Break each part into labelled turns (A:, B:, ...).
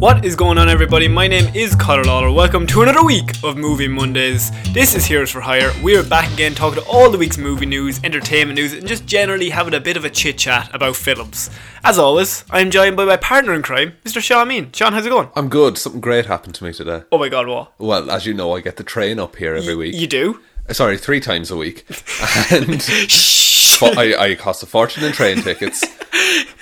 A: What is going on, everybody? My name is Connor Lawler. Welcome to another week of Movie Mondays. This is Heroes for Hire. We are back again talking to all the week's movie news, entertainment news, and just generally having a bit of a chit chat about films. As always, I'm joined by my partner in crime, Mr. Sean Mean. Sean, how's it going?
B: I'm good. Something great happened to me today.
A: Oh my god, what?
B: Well, as you know, I get the train up here every week.
A: You do?
B: Uh, Sorry, three times a week. And fu- I, I cost a fortune in train tickets.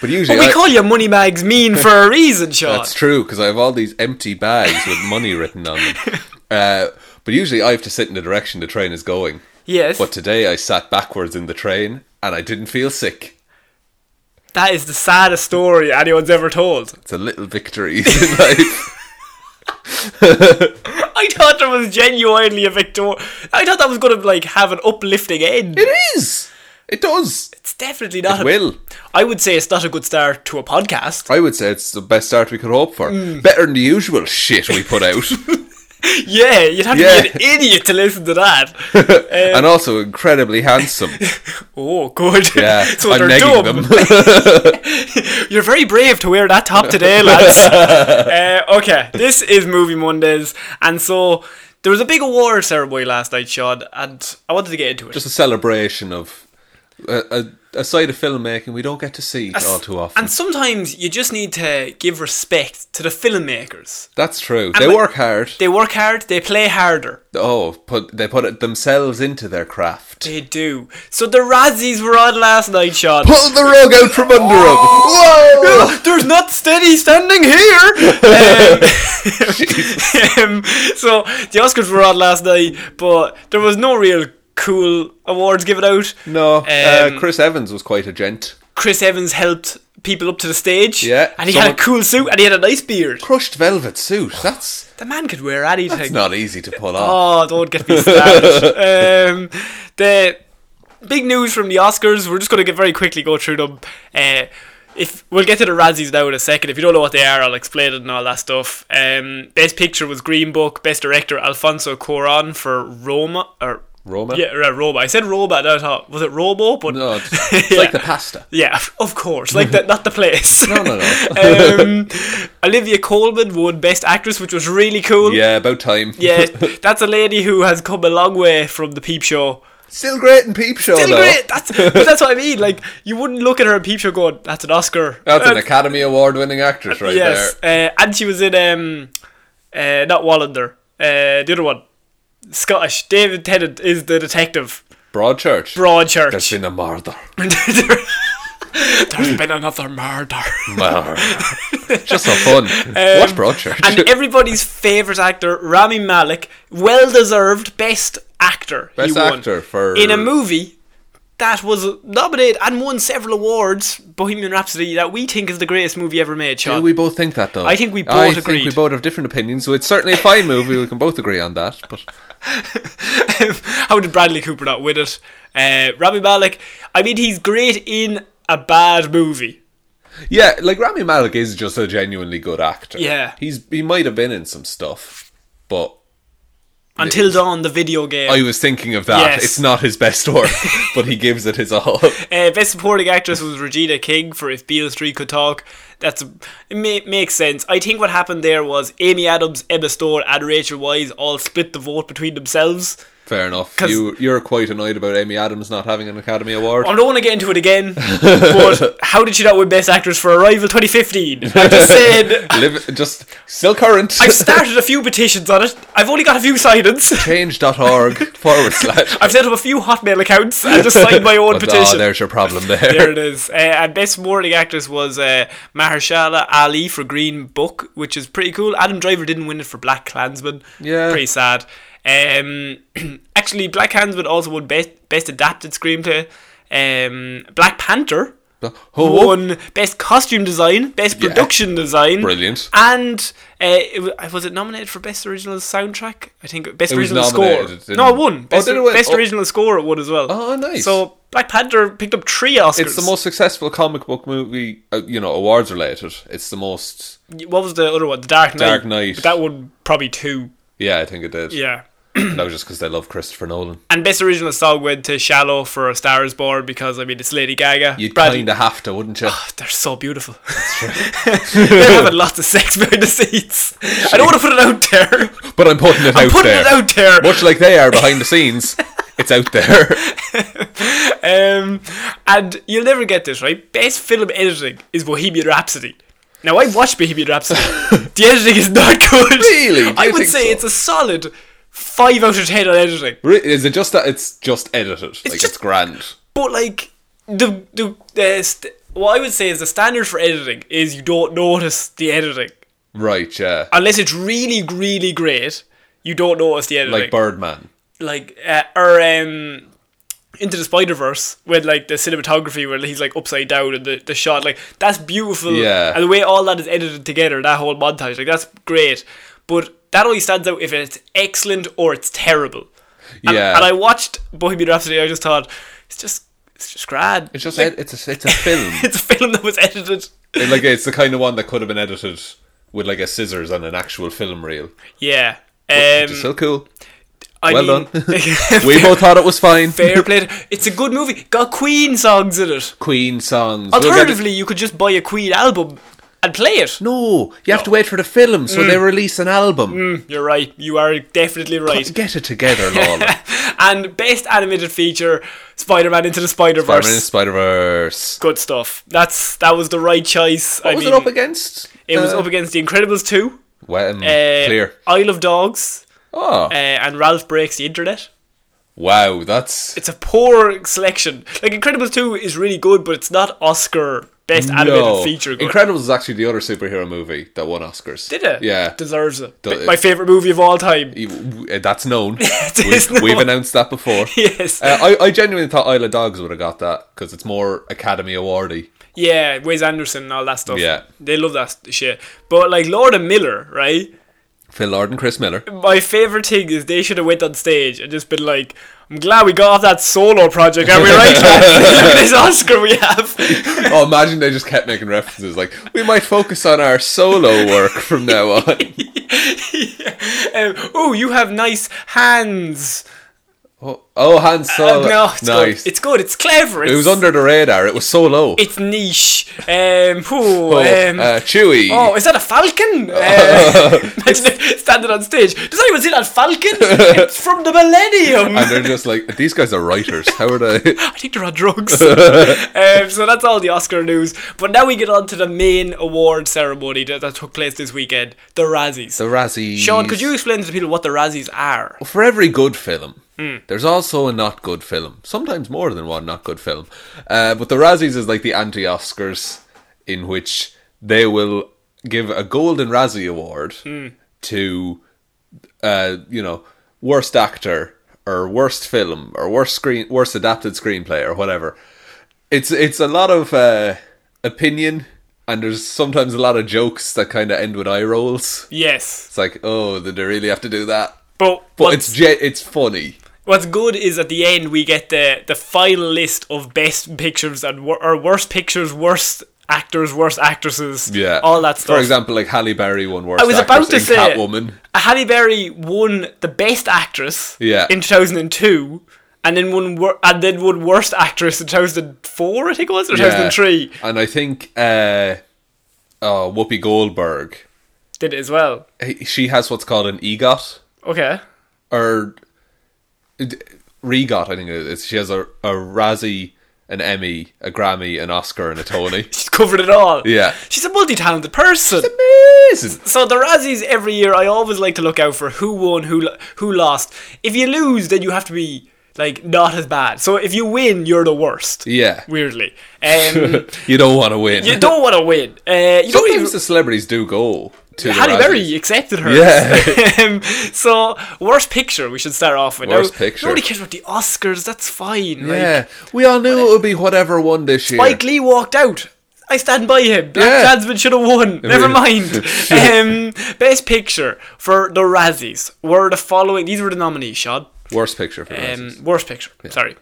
B: But usually,
A: But we
B: I-
A: call you Money Mags Mean for a reason, Sean.
B: that's true because I have all these empty bags with money written on them. Uh, but usually, I have to sit in the direction the train is going.
A: yes.
B: But today, I sat backwards in the train and I didn't feel sick.
A: That is the saddest story anyone's ever told.
B: It's a little victory in life.
A: I thought that was genuinely a victor. I thought that was going to like have an uplifting end.
B: It is. It does.
A: It's definitely not.
B: It
A: a-
B: will.
A: I would say it's not a good start to a podcast.
B: I would say it's the best start we could hope for. Better than the usual shit we put out.
A: Yeah, you'd have
B: Yeah.
A: to be an idiot to listen to that.
B: and also incredibly handsome.
A: Oh, good.
B: Yeah,
A: so
B: I'm
A: they're
B: negging
A: dumb.
B: them.
A: You're very brave to wear that top today, lads. uh, okay, this is Movie Mondays, and so there was a big award ceremony last night, Sean, and I wanted to get into it.
B: Just a celebration of a, a, a side of filmmaking we don't get to see all too often.
A: And sometimes you just need to give respect to the filmmakers.
B: That's true. They
A: like-
B: work hard.
A: They work hard, they play harder.
B: oh, put they put it themselves into their craft.
A: They do. So the Razzies were on last night, Sean.
B: Pull the rug out from under them. Whoa!
A: There's not steady standing here. Um, um, so the Oscars were on last night, but there was no real cool awards given out.
B: No,
A: Um,
B: uh, Chris Evans was quite a gent.
A: Chris Evans helped people up to the stage.
B: Yeah,
A: and he
B: someone-
A: had a cool suit and he had a nice beard.
B: Crushed velvet suit.
A: Oh,
B: That's
A: The man could wear
B: it's
A: anything.
B: not easy to pull off.
A: Oh, don't get me started. um, the big news from the Oscars. We're just going to very quickly go through them. Uh, if we'll get to the Razzies now in a second. If you don't know what they are, I'll explain it and all that stuff. Um, best picture was Green Book. Best director Alfonso Cuarón for Roma or
B: Roma?
A: Yeah, right, Roma. I said Roma. And I thought was it Robo? But
B: No, it's, it's
A: Oh. Yeah.
B: like the pasta.
A: yeah, of course. Like that, not the place.
B: No, no, no.
A: um, Olivia Colman won Best Actress, which was really cool.
B: yeah, about time.
A: Yeah, that's a lady who has come a long way from the Peep Show.
B: Still great in Peep Show,
A: Still
B: though.
A: great. That's but that's what I mean. Like you wouldn't look at her in Peep Show going, "That's an Oscar."
B: That's
A: Uh,
B: an Academy Award winning actress right
A: yes,
B: there.
A: uh, and she was in um, uh, not Wallander, uh, the other one, Scottish. David Tennant is the detective.
B: Broadchurch.
A: Broadchurch.
B: There's been a murder.
A: There's been another murder.
B: Murder. Just for fun. Watch Broadchurch.
A: Um, and everybody's favorite actor, Rami Malik, well deserved best actor. he
B: Best
A: won.
B: actor for-
A: in a movie that was nominated and won several awards. Bohemian Rhapsody, that we think is the greatest movie ever made.
B: Do
A: Sean,
B: we both think that, though?
A: I think we both
B: I
A: agreed.
B: think we both have different opinions, so it's certainly a fine movie. We can both agree on that. But
A: how did Bradley Cooper not win it? Uh, Rami Malik, I mean, he's great in a bad movie.
B: yeah, like Rami Malek is just a genuinely good actor.
A: Yeah.
B: he's he might have been in some stuff, but
A: Until Dawn, the video game.
B: I was thinking of that.
A: Yes.
B: It's not his best work, but he gives it his all.
A: Uh, best supporting actress was Regina King for If Beale Street Could Talk. That's it ma- makes sense. I think what happened there was Amy Adams, Emma Stone, and Rachel Wise all split the vote between themselves.
B: Fair enough. You you're quite annoyed about Amy Adams not having an Academy Award.
A: I don't want to get into it again, but how did she not win Best Actress for Arrival 2015? I just said
B: Live just still current.
A: I've started a few petitions on it. I've only got a few signings.
B: change.org forward slash.
A: I've set up a few Hotmail accounts and just signed my own
B: Oh,
A: petition.
B: there's your problem there.
A: There it is. Uh, and best supporting actress was uh, Mahershala Ali for Green Book, which is pretty cool. Adam Driver didn't win it for Black Klansman.
B: Yeah.
A: pretty sad. Um, actually, Black Klansman also won best best adapted screenplay. Um, Black Panther
B: Oh,
A: won best costume design, best production design,
B: Brilliant.
A: and uh, it was, was it nominated for best original soundtrack? I think best
B: was
A: original
B: nominated, it
A: score. No, it
B: didn't-
A: won.
B: Oh,
A: Best,
B: did it win?
A: best
B: Oh.
A: original score it won as well.
B: Oh, nice.
A: So Black Panther picked up three Oscars.
B: It's the most successful comic book movie, uh, you know, awards related. It's the most.
A: What was the other one? The Dark Knight.
B: Dark Knight.
A: But that one probably two.
B: Yeah, I think it did.
A: Yeah.
B: that was just because they love Christopher Nolan.
A: And best original song went to Shallow for A Star Is Born because I mean it's Lady Gaga.
B: You'd
A: Bradley-
B: kind of have to, wouldn't you?
A: they're so beautiful. They're having lots of sex behind the scenes. I don't want to put it out there.
B: But I'm putting it out
A: putting
B: there.
A: it out there.
B: Much like they are behind the scenes, it's out there.
A: Um, and you'll never get this right. Best film editing is Bohemian Rhapsody. Now I watched Bohemian Rhapsody. the editing is not good.
B: Really? Do
A: I
B: you
A: would
B: think
A: say
B: so?
A: it's a solid five out of ten on editing.
B: Re- Is it just that it's just edited? like
A: just-
B: it's grand.
A: But like the the uh, st- what I would say is the standard for editing is you don't notice the editing
B: Right, yeah.
A: unless it's really really great. You don't notice the editing.
B: like Birdman.
A: like uh, or um into the Spider Verse with like the cinematography where he's like upside down and the, the shot like that's beautiful
B: Yeah.
A: and the way all that is edited together that whole montage like that's great but that only stands out if it's excellent or it's terrible and,
B: Yeah.
A: and I watched Bohemian Rhapsody I just thought it's just it's just grand
B: It's just ed- it's a, it's a film.
A: it's a film that was edited
B: It- like it's the kind of one that could have been edited with like a scissors on an actual film reel.
A: yeah
B: Which
A: um,
B: is so cool.
A: I
B: well
A: mean,
B: We both thought it was fine.
A: fair play to- it's a good movie got Queen songs in it
B: Queen songs. We'll get it-
A: Alternatively, you could just buy a Queen album and play
B: Hmm.
A: it.
B: no, you have to wait for the film, so
A: Mm.
B: they release an album.
A: You're right. You are definitely Mm. right.
B: Get it together, Lola.
A: and best animated feature, Spider-Man into the Spider-Verse.
B: Spider-Man and Spider-Verse.
A: Good stuff. That's that was the right choice.
B: What
A: I
B: was
A: mean,
B: it up against?
A: it was
B: Uh,
A: up against The Incredibles two,
B: Well, um,
A: uh,
B: clear.
A: Isle of Dogs,
B: Oh,
A: uh, and Ralph breaks the Internet.
B: wow, that's
A: It's a poor selection. Like Incredibles two is really good, but it's not Oscar best animated
B: no.
A: feature. Good.
B: Incredibles is actually the other superhero movie that won Oscars.
A: Did it?
B: Yeah,
A: deserves it.
B: Do-
A: My favorite movie of all time.
B: You- w- uh, that's known.
A: is
B: we've,
A: known.
B: we've announced that before.
A: Yes.
B: Uh, I, I genuinely thought Isle of Dogs would have got that because it's more Academy Awardy.
A: Yeah, Wes Anderson and all that stuff.
B: Yeah.
A: They love that st- shit. But like Lord and Miller, right?
B: Phil Lord and Chris Miller.
A: My favourite thing is they should have went on stage and just been like, I'm glad we got off that solo project, are we right? lads? Look at this Oscar we have.
B: Oh, imagine they just kept making references like we might focus on our solo work from now on.
A: um, oh, you have nice hands.
B: Oh, oh Han
A: Um,
B: Solo.
A: no, it's
B: nice.
A: good. It's good. It's clever. It's,
B: It was under the radar. It was so low.
A: It's niche. Um, ooh,
B: oh,
A: um,
B: uh, Chewy.
A: Oh, is that a falcon? Uh, imagine it standing on stage. Does anyone see that falcon? it's from the millennium.
B: and they're just like these guys are writers. How are they?
A: I think they're on drugs. um, so that's all the Oscar news. But now we get on to the main award ceremony that, that took place this weekend the Razzies.
B: the Razzies.
A: Sean, could you explain to the people what the Razzies are?
B: for every good film, there's also a not good film. Sometimes more than one not good film. Uh, but the Razzies is like the anti Oscars, in which they will give a Golden Razzie Award to, uh, you know, worst actor or worst film or worst screen, worst adapted screenplay or whatever. It's it's a lot of uh, opinion. And there's sometimes a lot of jokes that kind of end with eye rolls.
A: Yes.
B: It's like, oh, did they really have to do that?
A: But,
B: But
A: what's,
B: it's ge- it's funny.
A: what's good is at the end we get the, the final list of best pictures and wor- or worst pictures, worst actors, worst actresses,
B: Yeah,
A: all that stuff.
B: For example, like Halle Berry won worst.
A: I was about to
B: Actress
A: say
B: in Catwoman.
A: Halle Berry won the best actress
B: Yeah.
A: in 2002 and then won wor- and then won worst actress in 2004 I think it was or 2003
B: Yeah. and I think uh, oh, Whoopi Goldberg.
A: did it as well
B: he- She has what's called an EGOT
A: okay
B: or d- REGOT. I think it is. She has a a Razzie, an Emmy, a Grammy, an Oscar, and a Tony.
A: she's covered it all
B: Yeah.
A: she's a multi-talented person
B: Amazing.
A: so the Razzies every year I always like to look out for who won who lo- who lost if you lose then you have to be like not as bad so if you win you're the worst
B: Yeah,
A: weirdly um,
B: you don't want to win.
A: you don't want to win uh, you don't
B: Sometimes
A: even
B: the celebrities do go to the
A: Halle
B: Razzies.
A: Berry accepted her.
B: Yeah.
A: um, so worst picture we should start off with.
B: Worst
A: Now,
B: picture.
A: Nobody cares about the Oscars. That's fine. Like,
B: Yeah, we all knew it would be whatever won this year.
A: Mike Lee walked out. I stand by him. Black
B: Yeah.
A: Klansman should have won. Never mind. um, best picture for the Razzies were the following. These were the nominees. Sean.
B: Worst picture for the Razzies.
A: Um, worst picture. Sorry.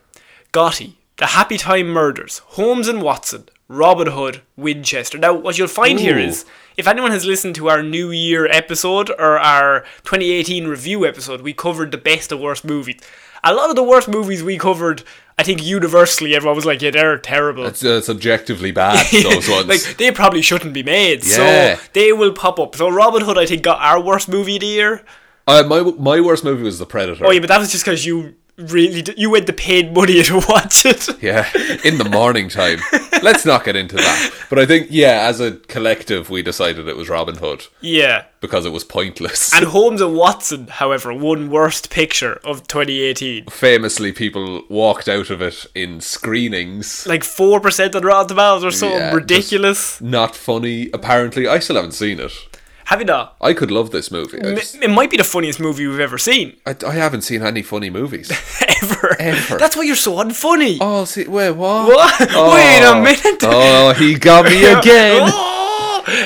A: Gotti. The Happy Time Murders. Holmes and Watson. Robin Hood, Winchester. Now, what you'll find here
B: Ooh.
A: is if anyone has listened to our New Year episode or our 2018 review episode, we covered the best and worst movies. A lot of the worst movies we covered, I think universally, everyone was like, yeah, they're terrible.
B: It's uh, subjectively bad, those ones.
A: like they probably shouldn't be made,
B: Yeah.
A: so they will pop up. So Robin Hood, I think, got our worst movie of the year.
B: uh, my, my worst movie was The Predator.
A: Oh yeah, but that was just because you really d- you went to paid money to watch it.
B: Yeah, in the morning time. Let's not get into that. But I think, yeah, as a collective, we decided it was Robin Hood
A: yeah.
B: because it was pointless.
A: And Holmes and Watson, however, won worst picture of 2018.
B: Famously, people walked out of it in screenings.
A: Like four percent on Rotten Tomatoes or something
B: Yeah, just-
A: ridiculous.
B: Not funny, apparently. I still haven't seen it.
A: Have you not?
B: I could love this movie. I,
A: M-
B: just,
A: It might be the funniest movie we've ever seen
B: I, I haven't seen any funny movies.
A: ever.
B: Ever.
A: That's why you're so unfunny.
B: Oh, see, wait, what?
A: What?
B: Oh.
A: Wait a minute.
B: Oh, he got me again.
A: Oh!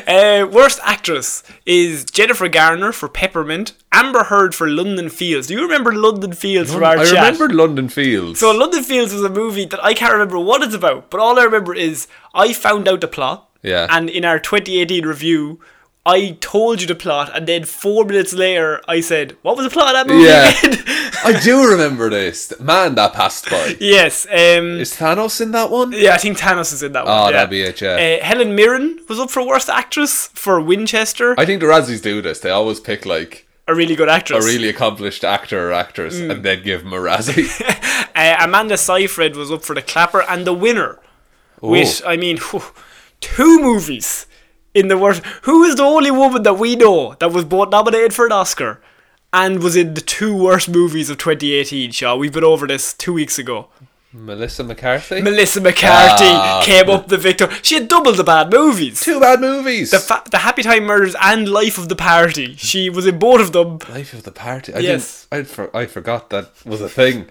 A: Uh, worst actress is Jennifer Garner for Peppermint, Amber Heard for London Fields. Do you remember London Fields from our
B: I
A: chat?
B: remembered London Fields.
A: So London Fields was a movie that I can't remember what it's about, but all I remember is I found out the plot.
B: Yeah.
A: And in our 2018 review, I told you the plot, and then four minutes later, I said, "What was the plot of that movie?"
B: Yeah.
A: again?"
B: I do remember this. Man, that passed by.
A: yes. Um.
B: Is Thanos in that one?
A: Yeah, I think Thanos is in that one.
B: Oh,
A: yeah.
B: that'd be it, yeah.
A: Uh, Helen Mirren was up for worst actress for Winchester.
B: I think the Razzies do this. They always pick like
A: a really good
B: a
A: actress.
B: really accomplished actor or actress
A: Mm.
B: and then give them a Razzie.
A: Uh, Amanda Seyfried was up for the clapper and the winner. Which I mean, whew, two movies in the worst. Who is the only woman that we know that was both nominated for an Oscar and was in the two worst movies of 2018? Shaw, we've been over this two weeks ago.
B: Melissa McCarthy.
A: Melissa McCarthy
B: Ah.
A: came up the victor. She had double the bad movies.
B: Two bad movies.
A: The, fa- the Happy Time Murders and Life of the Party. She was in both of them.
B: Life of the Party. I
A: Yes.
B: didn't. I, for, I forgot that was a thing.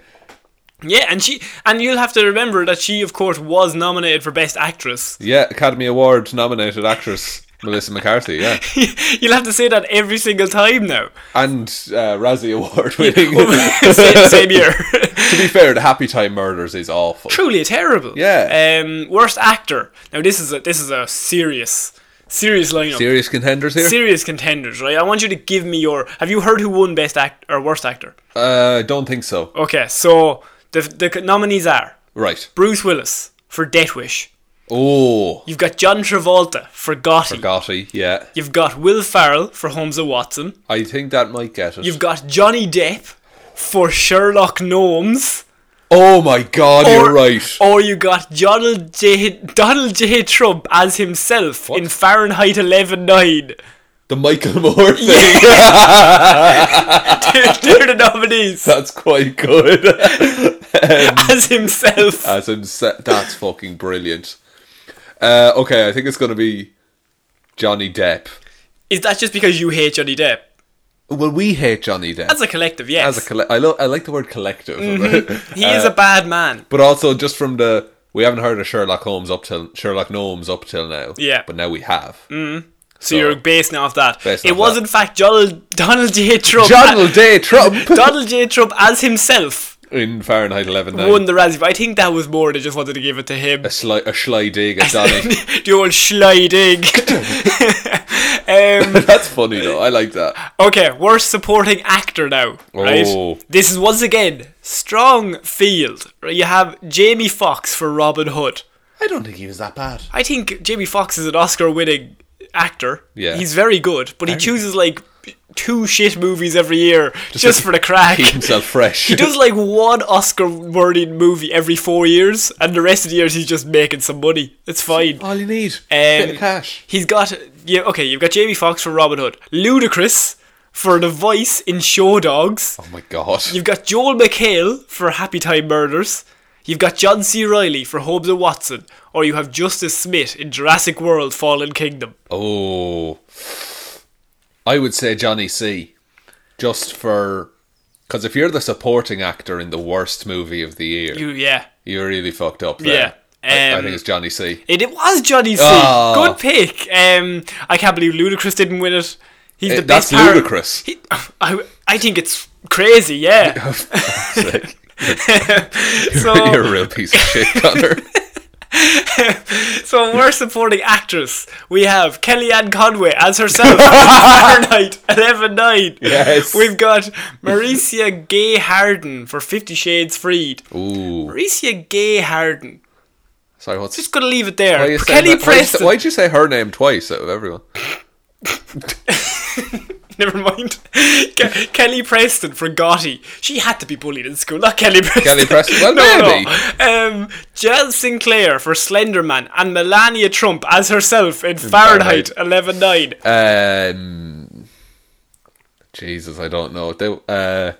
A: Yeah, and she and you'll have to remember that she, of course, was nominated for Best Actress.
B: Yeah, Academy Award nominated actress Melissa McCarthy. Yeah,
A: You'll have to say that every single time now.
B: and uh, Razzie Award winning.
A: same, same year.
B: to be fair, the Happy Time Murders is awful.
A: Truly terrible.
B: Yeah.
A: Um, worst actor. Now this is a this is a serious, serious lineup.
B: Serious contenders here.
A: serious contenders, right? I want you to give me your. Have you heard who won best act or worst actor?
B: uh, don't think so.
A: Okay, so the the nominees are
B: Right.
A: Bruce Willis for Death Wish.
B: Oh,
A: You've got John Travolta for Gotti.
B: Gotti. Yeah,
A: You've got Will Farrell for Holmes and Watson.
B: I think that might get it.
A: You've got Johnny Depp for Sherlock Gnomes.
B: oh my God, you're right.
A: Or you got Donald J. Donald J. Trump as himself in Fahrenheit 11.9.
B: The Michael Moore thing.
A: They're, they're the nominees
B: That's quite good.
A: as himself.
B: As in, se- that's fucking brilliant. Uh, okay, I think it's going to be Johnny Depp.
A: Is that just because you hate Johnny Depp?
B: Well, we hate Johnny Depp.
A: As a collective, yes.
B: As a uh, colle- I, lo- I like the word collective.
A: he is a bad man.
B: but also, just from the. We haven't heard of Sherlock Holmes up till Sherlock Gnomes up till now.
A: Yeah. Mm.
B: But now we have.
A: So, you're basing it off that.
B: Based
A: it
B: off
A: was
B: that.
A: in fact Donald Donald J. Trump.
B: Donald Day Trump
A: Donald J. Trump as himself
B: in Fahrenheit 11.9.
A: won the Razzie. But I think that was more. They just wanted to give it to him.
B: A, sly, a sly dig at Donny.
A: the old sliding. um,
B: that's funny though. I like that.
A: Okay, worst supporting actor now. Right?
B: Oh.
A: This is once again strong field. Right? You have Jamie Foxx for Robin Hood.
B: I don't think he was that bad.
A: I think Jamie Foxx is an Oscar-winning actor.
B: Yeah.
A: he's very good, but he chooses like two shit movies every year just,
B: to
A: for the crack.
B: Keep himself fresh.
A: He does like one Oscar-worthy movie every four years, and the rest of the years he's just making some money. It's fine.
B: All you need. bit
A: Um,
B: of cash.
A: He's got yeah. Okay, you've got Jamie Foxx for Robin Hood, Ludacris for The Voice in Show Dogs.
B: Oh my god.
A: You've got Joel McHale for Happy Time Murders. You've got John C. Riley for Holmes and Watson, or you have Justice Smith in Jurassic World: Fallen Kingdom.
B: Oh, I would say Johnny C. Just for because if you're the supporting actor in the worst movie of the year,
A: You yeah,
B: you, are really fucked up. There.
A: Yeah,
B: I, I
A: um,
B: think it's Johnny C.
A: it, it was Johnny C.
B: Oh.
A: Good pick. Um, I can't believe Ludacris didn't win it. He's the
B: Eh,
A: best.
B: that's
A: par-
B: ludicrous.
A: He, I, I think it's crazy. Yeah.
B: It's like,
A: so
B: you're a real piece of shit, Connor.
A: so we're supporting actress. We have Kellyanne Conway as herself Saturday night, eleven nine.
B: Yes.
A: We've got Mauricia Gay Harden for Fifty Shades Freed.
B: Ooh.
A: Mauricia Gay Harden.
B: Sorry, what's
A: Just gonna leave it there.
B: why you saying
A: Kelly
B: that- why'd you say-
A: Preston.
B: Why'd you say her name twice out of everyone?
A: Never mind. Ke- Kelly Preston for Gotti. She had to be bullied in school, not Kelly Preston.
B: Kelly Preston. Well, maybe.
A: No. Um, Jel Sinclair for Slenderman and Melania Trump as herself in Fahrenheit
B: Fahrenheit.
A: 11.9.
B: Um, Jesus, I don't know. They, uh,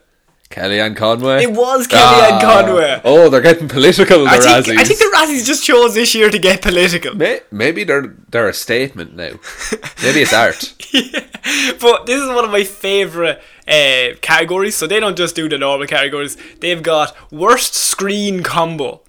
B: Kellyanne Conway.
A: It was Kellyanne
B: Ah.
A: Conway.
B: Oh, they're getting political. The
A: I
B: Razzies.
A: think, I think the Razzies just chose this year to get political.
B: May- maybe they're they're a statement now. maybe it's art.
A: but this is one of my favorite uh, categories. So they don't just do the normal categories. They've got worst screen combo.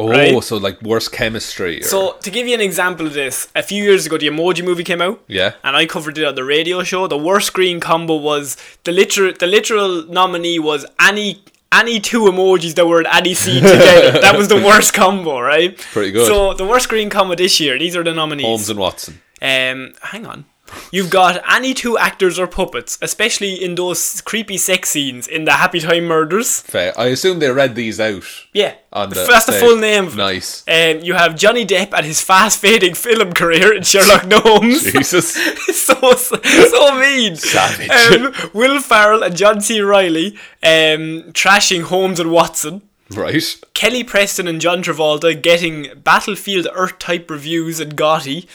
B: Oh,
A: Right.
B: so like worse chemistry. Or,
A: So to give you an example of this, a few years ago the Emoji movie came out.
B: Yeah.
A: And I covered it on the radio show. The worst screen combo was the literal the literal nominee was any any two emojis that were in any scene together. that was the worst combo, right?
B: Pretty good.
A: So the worst screen combo this year. These are the nominees.
B: Holmes and Watson.
A: Um, hang on. You've got any two actors or puppets, especially in those creepy sex scenes in the Happy Time Murders.
B: Fair. I assume they read these out.
A: Yeah,
B: On the
A: that's the
B: stage.
A: full name. of it.
B: Nice.
A: Um, you have Johnny Depp and his fast fading film career in Sherlock Holmes.
B: Jesus.
A: so so mean.
B: Savage.
A: Um, Will Farrell and John C. Riley um, trashing Holmes and Watson.
B: right.
A: Kelly Preston and John Travolta getting Battlefield Earth type reviews and Gotti.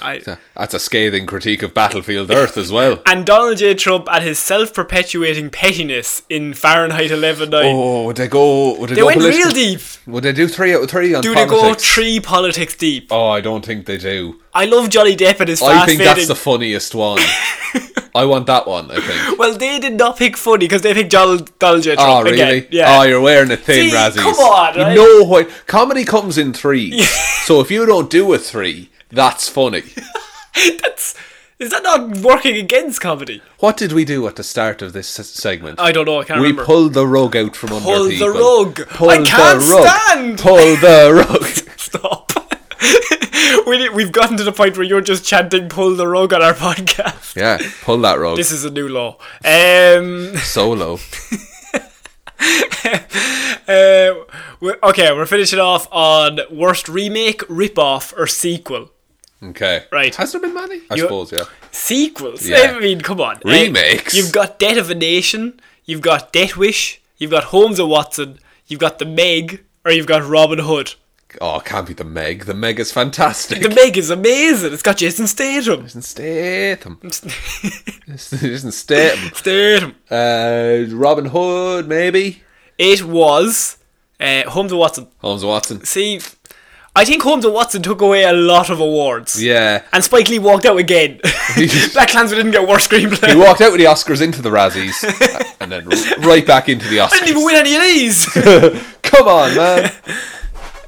A: I,
B: That's a scathing critique of Battlefield Earth as well.
A: and Donald J. Trump and his self-perpetuating pettiness in Fahrenheit 11.9.
B: Oh, would they go? Would they,
A: they
B: go
A: went
B: political?
A: real deep.
B: Would they do three out of three on
A: Do they go
B: politics?
A: tree politics deep?
B: oh, I don't think they do.
A: I love Johnny Depp and his
B: I
A: fast
B: think
A: fading.
B: that's the funniest one. I want that one. I think.
A: well, they did not pick funny because they picked Donald, Donald J. Trump
B: Oh really?
A: again. Yeah.
B: Oh, you're wearing a thin,
A: See,
B: Razzies.
A: come on,
B: You
A: right?
B: know why? Comedy comes in threes. so if you don't do a three, that's funny.
A: that's is that not working against comedy?
B: What did we do at the start of this s- segment?
A: I don't know. I can't
B: we
A: remember.
B: pulled the rug out from
A: Pull
B: under
A: the
B: people.
A: rug.
B: Pull
A: I can't
B: the rug.
A: stand.
B: Pull the rug.
A: Stop. we need, we've gotten to the point where you're just chanting "pull the rug" on our podcast.
B: yeah, pull that rug.
A: This is a new law. Um.
B: Solo.
A: Uh, we okay, we're finishing off on worst remake, rip-off, or sequel.
B: Okay.
A: Right.
B: Has there been many? I
A: You-
B: suppose. Yeah.
A: Sequels?
B: Yeah.
A: I mean, come on. Uh,
B: Remakes?
A: you've got Debt of a Nation, you've got Death Wish, you've got Holmes and Watson, you've got The Meg, or you've got Robin Hood.
B: Oh, it can't be the Meg. The Meg is fantastic.
A: The Meg is amazing. It's got Jason Statham.
B: Jason Statham. Jason Statham.
A: Statham.
B: Uh, Robin Hood, maybe.
A: It was uh, Holmes and Watson.
B: Holmes and Watson.
A: See, I think Holmes and Watson took away a lot of awards.
B: Yeah.
A: And Spike Lee walked out again. Black Klansman didn't get worse screenplay.
B: He walked out with the Oscars into the Razzies, and then r- right back into the
A: I didn't even
B: Oscars.
A: win any of these.
B: Come on, man!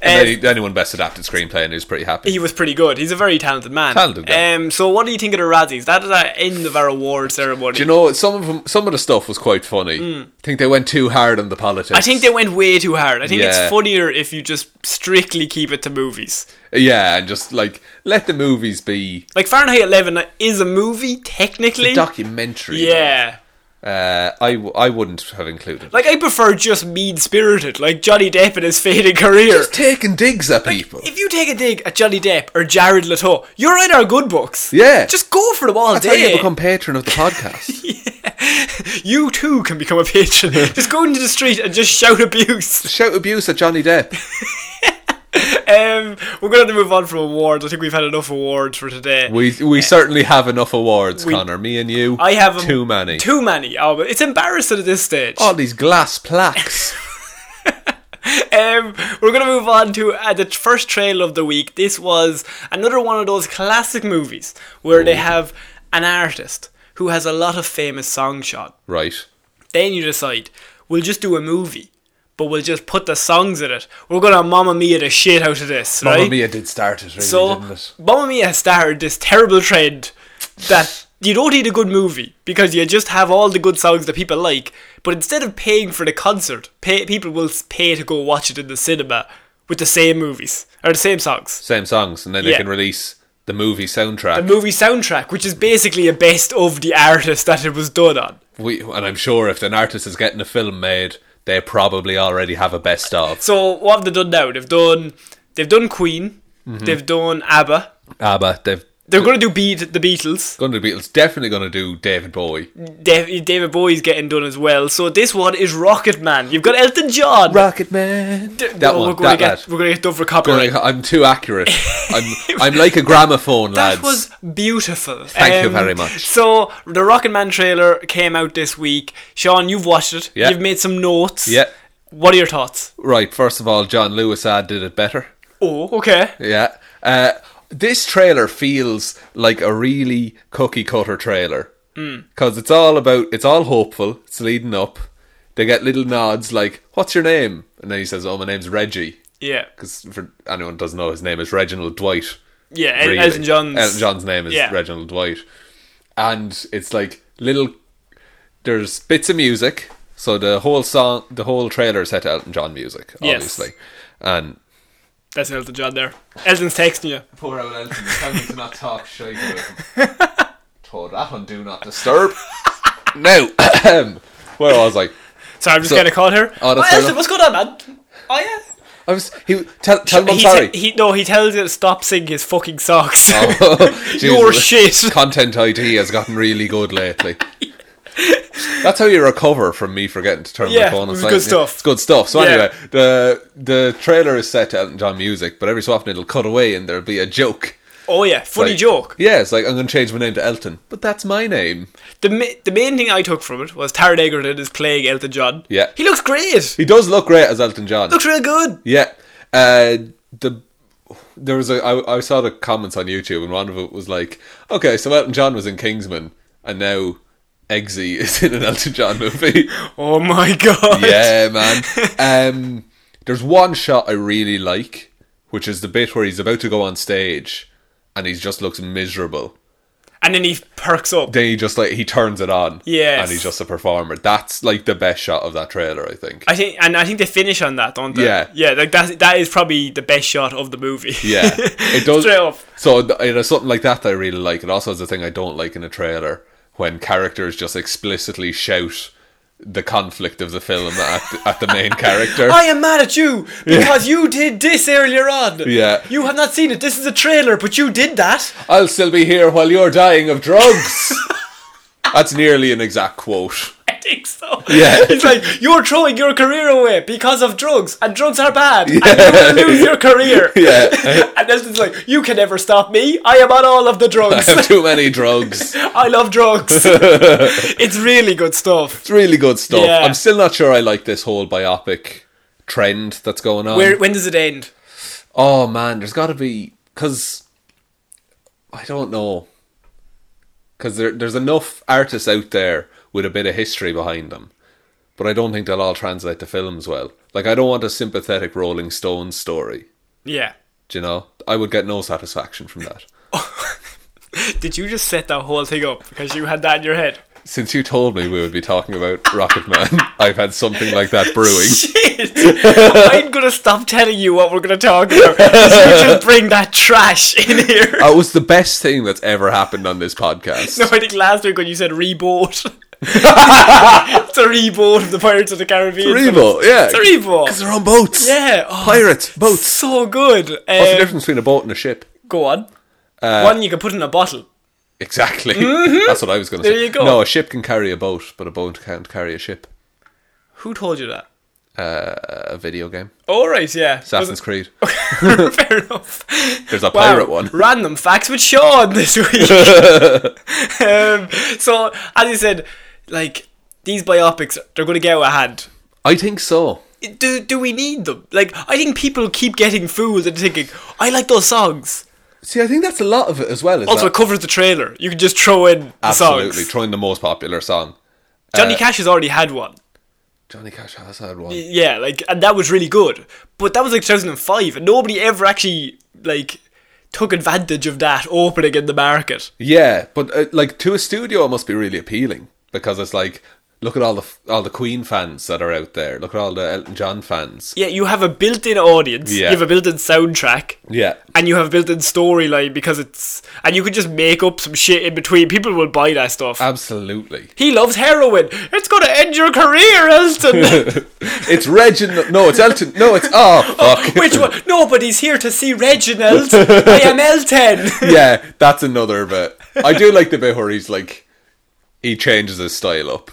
B: And
A: Uh,
B: then he, anyone best adapted screenplay, and he was pretty happy.
A: he was pretty good. He's a very talented man.
B: Talented guy.
A: Um, so what do you think of the Razzies? That is our end of our award ceremony.
B: Do you know some of 'em- some of the stuff was quite funny. I think they went too hard on the politics.
A: Hmm. I think they went way too hard. I think
B: Yeah.
A: it's funnier if you just strictly keep it to movies.
B: yeah, and just like let the movies be
A: Like Fahrenheit 11 is a movie technically.
B: documentary.
A: yeah.
B: uh, I w- I wouldn't have included.
A: Like I prefer just mean spirited, like Johnny Depp and his fading career.
B: Just taking digs at people.
A: if you take a dig at Johnny Depp or Jared Leto, you're in our good books.
B: Yeah.
A: Just go for them all
B: That's how
A: day.
B: you become patron of the podcast.
A: you too can become a patron. just go into the street and just shout abuse.
B: Shout abuse at Johnny Depp.
A: Um, we're gonna have to move on from awards. I think we've had enough awards for today.
B: We we certainly have enough awards, Connor. Me and you.
A: I have 'em-
B: too many. Oh.
A: Too many. Oh, but it's embarrassing at this stage.
B: All these glass plaques.
A: Um, we're gonna move on to uh, the first trail of the week. This was another one of those classic movies where they have an artist who has a lot of famous song shot.
B: right.
A: Then you decide we'll just do a movie, but we'll just put the songs in it. We're gonna mamma mia the shit out of this, right?
B: Mamma Mia did start it, really,
A: So,
B: didn't it?
A: Mamma Mia started this terrible trend that you don't need a good movie because you just have all the good songs that people like, but instead of paying for the concert, pay, people will s- pay to go watch it in the cinema with the same movies or the same songs.
B: Same songs, and then
A: Yeah.
B: they can release the movie soundtrack.
A: A movie soundtrack, which is basically a best of the artist that it was done on.
B: we, and I'm sure if an artist is getting a film made, they probably already have a best of.
A: So what have they done now? They've done they've done Queen,
B: Mm-hmm.
A: they've done ABBA.
B: ABBA, they've
A: They're going to do Beat the Beatles.
B: going to the Beatles, definitely going to do David Bowie.
A: Da- David Bowie's getting done as well. So this one is Rocket Man. You've got Elton John.
B: Rocket Man.
A: D-
B: That
A: no,
B: one,
A: We're going
B: that
A: to
B: lad.
A: get we're going to get done for
B: Going,
A: copyright.
B: I'm too accurate. I'm, I'm like a gramophone,
A: That
B: lads.
A: was beautiful. Um,
B: Thank you very much.
A: So the Rocket Man trailer came out this week. Sean, you've watched it.
B: Yeah.
A: You've made some notes.
B: Yeah.
A: What are your thoughts?
B: Right, first of all, John Lewis ad did it better.
A: Oh, okay.
B: Yeah. Uh, this trailer feels like a really cookie cutter trailer.
A: Hmm.
B: Because it's all about, it's all hopeful, it's leading up. They get little nods like, what's your name? And then he says, oh, my name's Reggie.
A: Yeah.
B: Because for anyone who doesn't know, his name is Reginald Dwight.
A: Yeah, El-
B: really.
A: Elton John's.
B: Elton John's name is
A: Yeah.
B: Reginald Dwight. And it's like little there's bits of music. So the whole song the whole trailer is set to Elton John music,
A: Yes.
B: obviously. And
A: That's Elton John there. Elton's texting you.
B: poor old Elton telling me to not talk shy about him. Told that one do not disturb. no. Where was I?
A: Sorry, I'm just
B: So-
A: gonna call her.
B: Oh, that's
A: What,
B: fair
A: Elton,
B: enough.
A: what's going on, man? Oh yeah.
B: I was he tell tell him I'm
A: he
B: sorry.
A: te- he no, he tells you to stop singing his fucking songs.
B: Oh,
A: Your
B: Jesus.
A: shit.
B: Content ID has gotten really good lately. That's how you recover from me forgetting to turn
A: Yeah,
B: my phone on
A: it was
B: silent.
A: good stuff.
B: It's good stuff. So
A: Yeah.
B: anyway, the the trailer is set to Elton John music, but every so often it'll cut away and there'll be a joke.
A: Oh yeah, funny
B: Like-
A: joke.
B: Yeah, it's like I'm going to change my name to Elton, but that's my name.
A: The ma- the main thing I took from it was Taron Egerton is playing Elton John.
B: Yeah.
A: he looks great.
B: He does look great as Elton John.
A: looks real good.
B: Yeah. Uh, the there was a I, I saw the comments on YouTube and one of it was like, okay, so Elton John was in Kingsman and now Eggsy is in an Elton John movie.
A: Oh my god.
B: yeah, man. Um, there's one shot I really like, which is the bit where he's about to go on stage and he just looks miserable.
A: And then he perks up.
B: Then he just like he turns it on.
A: Yes.
B: And he's just a performer. That's like the best shot of that trailer, I think.
A: I think, and I think they finish on that, don't they?
B: Yeah.
A: yeah. Like that, that is probably the best shot of the movie.
B: Yeah, it does.
A: Straight off.
B: So th- you know, something like that, that I really like. It also is a thing I don't like in a trailer when characters just explicitly shout the conflict of the film at the, at the main character.
A: I am mad at you because you did this earlier on.
B: Yeah.
A: You have not seen it. This is a trailer, but you did that.
B: I'll still be here while you're dying of drugs. That's nearly an exact quote.
A: I think so.
B: Yeah.
A: It's like you're throwing your career away because of drugs, and drugs are bad, and you will lose your career.
B: Yeah.
A: and this is like you can never stop me. I am on all of the
B: I
A: drugs.
B: have too many drugs.
A: I love drugs. it's really good stuff.
B: It's really good stuff.
A: Yeah.
B: I'm still not sure I like this whole biopic trend that's going on.
A: Where when does it end?
B: Oh man, there's got to be because I don't know because there, there's enough artists out there with a bit of history behind them, but I don't think they'll all translate to films well. Like I don't want a sympathetic Rolling Stones story.
A: Yeah.
B: Do you know? I would get no satisfaction from that.
A: Did you just set that whole thing up because you had that in your head?
B: Since you told me we would be talking about Rocket Man, I've had something like that brewing.
A: Shit! I'm gonna stop telling you what we're gonna talk about. 'cause You just bring that trash in here.
B: That was the best thing that's ever happened on this podcast.
A: No, I think last week when you said reboot. it's a reboot of the Pirates of the Caribbean.
B: Revo, yeah.
A: It's a reboot.
B: Because they're on boats.
A: Yeah. Oh,
B: Pirates, boats.
A: So good.
B: What's the
A: Um,
B: difference Uh, between a boat and a ship?
A: go on. One you can put in a bottle.
B: Exactly. That's what I was going to say.
A: Mm-hmm. There you go.
B: No, a ship can carry a boat, but a boat can't carry a ship.
A: Who told you that?
B: Uh, a video game.
A: All right, yeah. Was
B: Assassin's Creed.
A: it- Fair enough.
B: There's a
A: Wow.
B: pirate one.
A: Random facts with Sean this week. um, so, as you said, like these biopics, they're going to get out of hand.
B: I think so.
A: Do do we need them? Like, I think people keep getting fooled and thinking, "I like those songs."
B: See, I think that's a lot of it as well. Is
A: Also,
B: that-
A: it covers the trailer. You can just throw in the
B: absolutely Uh,
A: songs.
B: trying the most popular song.
A: Johnny Cash has already had one.
B: Johnny Cash has had one.
A: Yeah, like, and that was really good. But that was like 2005, and nobody ever actually like took advantage of that opening in the market.
B: Yeah, but uh, like to a studio, it must be really appealing because it's like Look at all the f- all the Queen fans that are out there. Look at all the Elton John fans.
A: Yeah, you have a built-in audience.
B: Yeah.
A: You have a built-in soundtrack.
B: Yeah.
A: And you have a built-in storyline because it's and you could just make up some shit in between. People will buy that stuff.
B: Uh, Absolutely.
A: he loves heroin. It's gonna end your career, Elton.
B: It's Reginald. No, it's Elton. No, it's oh fuck.
A: Which one? Nobody's here to see Reginald. I am Elton.
B: yeah, that's another bit. I do like the bit where he's like, he changes his style up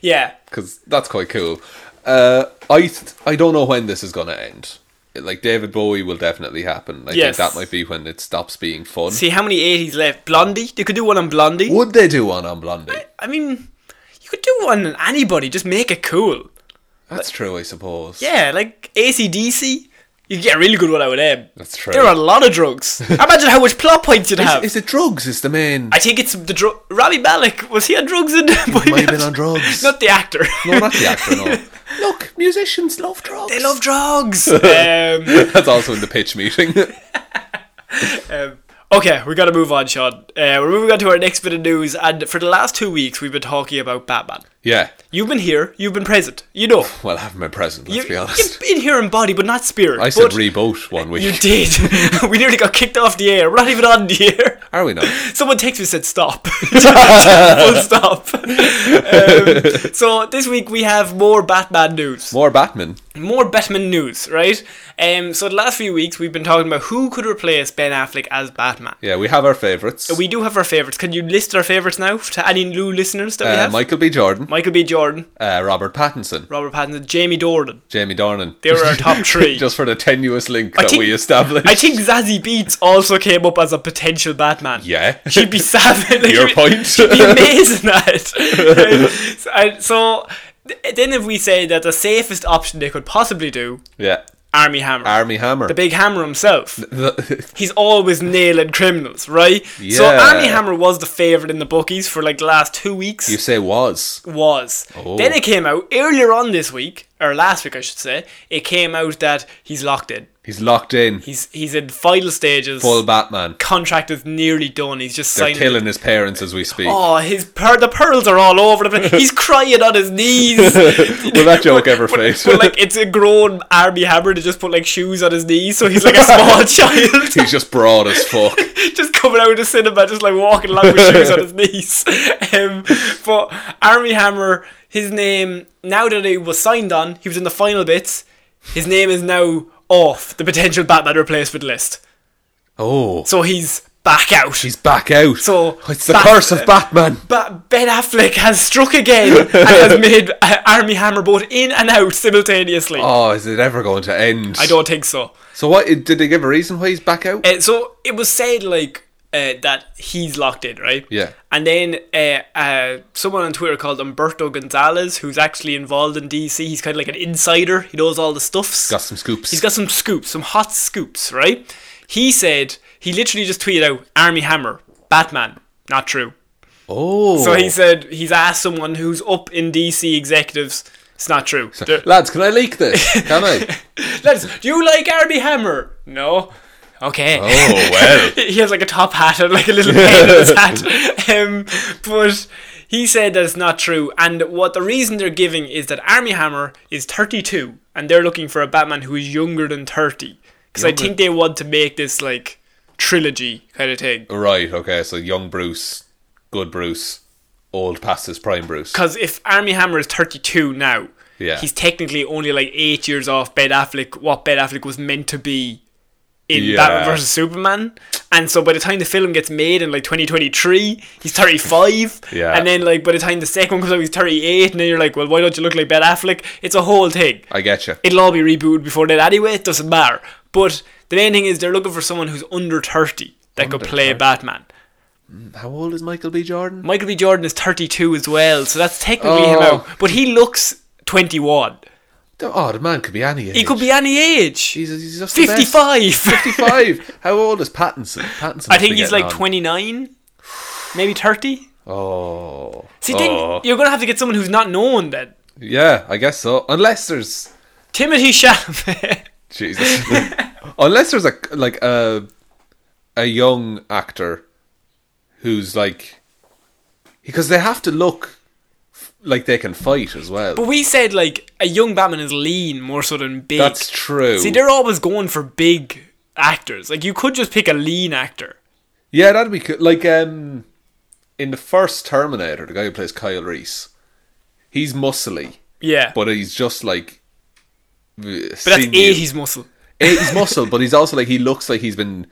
A: yeah.
B: because that's quite cool. Uh, I th- I don't know when this is gonna end. Like David Bowie will definitely happen. I
A: Yes.
B: think that might be when it stops being fun.
A: See how many eighties left. Blondie. They could do one on Blondie.
B: Would they do one on Blondie?
A: I mean, you could do one on anybody. Just make it cool.
B: That's true, I suppose.
A: Yeah, like ACDC. You get a really good one out of them.
B: That's true.
A: There are a lot of drugs. Imagine how much plot points you'd have.
B: Is it drugs? Is the main?
A: I think it's the drug. Rami Malek was he on drugs in? Bohemian
B: might have been
A: Rhapsody?
B: on drugs.
A: Not the actor.
B: no, not the actor. No. Look, musicians love drugs.
A: they love drugs. um,
B: That's also in the pitch meeting.
A: um, okay, we got to move on, Sean. Uh, we're moving on to our next bit of news, and for the last two weeks, we've been talking about Batman.
B: yeah.
A: You've been here. You've been present. You know.
B: Well, I have my present. Let's
A: You-
B: be honest.
A: You've been here in body, but not spirit.
B: I said
A: But
B: reboot one week.
A: You did. we nearly got kicked off the air. We're not even on the air.
B: Are we not?
A: Someone texted me and said stop. Full stop. Um, so this week we have more Batman news,
B: More Batman.
A: more Batman news, right? Um, so the last few weeks we've been talking about who could replace Ben Affleck as Batman.
B: Yeah, we have our favourites.
A: Uh, We do have our favorites. Can you list our favorites now to any new listeners that we
B: Uh,
A: have?
B: Michael B. Jordan,
A: Michael B. Jordan,
B: uh, Robert Pattinson,
A: Robert Pattinson, Jamie Dornan.
B: Jamie Dornan.
A: They were our top three.
B: Just for the tenuous link
A: I
B: that
A: think-
B: we established.
A: I think Zazie Beats also came up as a potential Batman.
B: Yeah.
A: She'd be savage. Like,
B: Your
A: she'd-
B: point.
A: She'd be amazing at it. so, I- so th- then if we say that the safest option they could possibly do,
B: yeah.
A: Army Hammer.
B: Army Hammer.
A: the big hammer himself.
B: The-
A: He's always nailing criminals, right? So
B: Yeah.
A: Army Hammer was the favourite in the bookies for like the last two weeks.
B: you say was.
A: was.
B: Oh.
A: Then it came out earlier on this week, or last week I should say, it came out that he's locked in.
B: He's locked in.
A: He's he's in final stages.
B: Full Batman.
A: contract is nearly done. He's just
B: They're
A: signing.
B: killing his parents as we speak.
A: Oh, his per- the pearls are all over the place. He's crying on his knees.
B: Will that joke ever fade?
A: But like, it's a grown army hammer to just put like shoes on his knees, so he's like a small child,
B: He's just broad as fuck.
A: just coming out of the cinema, just like walking along with shoes on his knees. Um, but Army Hammer, his name now that he was signed on, he was in the final bits. His name is now off the potential Batman replacement list,
B: Oh.
A: so he's back out.
B: He's back out.
A: So,
B: it's the
A: Bat-
B: curse of Batman.
A: But Ben Affleck has struck again and has made uh, Army Hammer both in and out simultaneously.
B: Oh, is it ever going to end?
A: I don't think so.
B: So what did they give a reason why he's back out?
A: Uh, so it was said like uh, that he's locked in, right?
B: Yeah.
A: And then uh, uh, someone on Twitter called Umberto Gonzalez, who's actually involved in DC. He's kind of like an insider. He knows all the stuffs.
B: Got some scoops.
A: He's got some scoops, some hot scoops, right? He said he literally just tweeted out Army Hammer, Batman, not true.
B: oh.
A: So he said he's asked someone who's up in DC executives. It's not true. They're-
B: Lads, can I leak this? Can I?
A: Let's. Do you like Army Hammer? No. Okay.
B: Oh, well.
A: he has like a top hat and like a little pen in his hat. Um, but he said that it's not true. And what the reason they're giving is that Army Hammer is 32, and they're looking for a Batman who is younger than 30. Because I
B: Younger.
A: think they want to make this like trilogy kind of thing.
B: right, okay, so young Bruce, good Bruce, old past his prime Bruce.
A: Because if Army Hammer is 32 now,
B: Yeah.
A: he's technically only like eight years off Ben Affleck, what Ben Affleck was meant to be in
B: Yeah.
A: Batman vs. Superman. And so by the time the film gets made in like 2023, he's 35.
B: Yeah.
A: And then like by the time the second one comes out, he's 38. And then you're like, well, why don't you look like Ben Affleck? It's a whole thing.
B: I get you.
A: It'll all be rebooted before then anyway. It doesn't matter. But the main thing is they're looking for someone who's under 30 that could
B: Under
A: play
B: 30.
A: Batman.
B: How old is Michael B. Jordan?
A: Michael B. Jordan is 32 as well, so that's technically him
B: Oh.
A: out. But he looks 21.
B: Oh, the man could be any age.
A: He could be any age.
B: Jesus, he's just the best.
A: 55.
B: 55. How old is Pattinson? Pattinson.
A: I think he's like 29, maybe 30.
B: Oh.
A: See,
B: Oh.
A: then you're going to have to get someone who's not known then.
B: Yeah, I guess so. Unless there's
A: Timothy Chalamet.
B: Jesus. Unless there's a like a a young actor who's like because they have to look f- like they can fight as well.
A: But we said like a young Batman is lean more so than big.
B: That's true.
A: See, they're always going for big actors. Like you could just pick a lean actor.
B: yeah, that'd be cool. Like um, in the first Terminator, the guy who plays Kyle Reese, he's muscly,
A: Yeah, but,
B: but he's just like. But
A: that's eighties muscle.
B: Eh, He's muscle, but he's also like he looks like he's been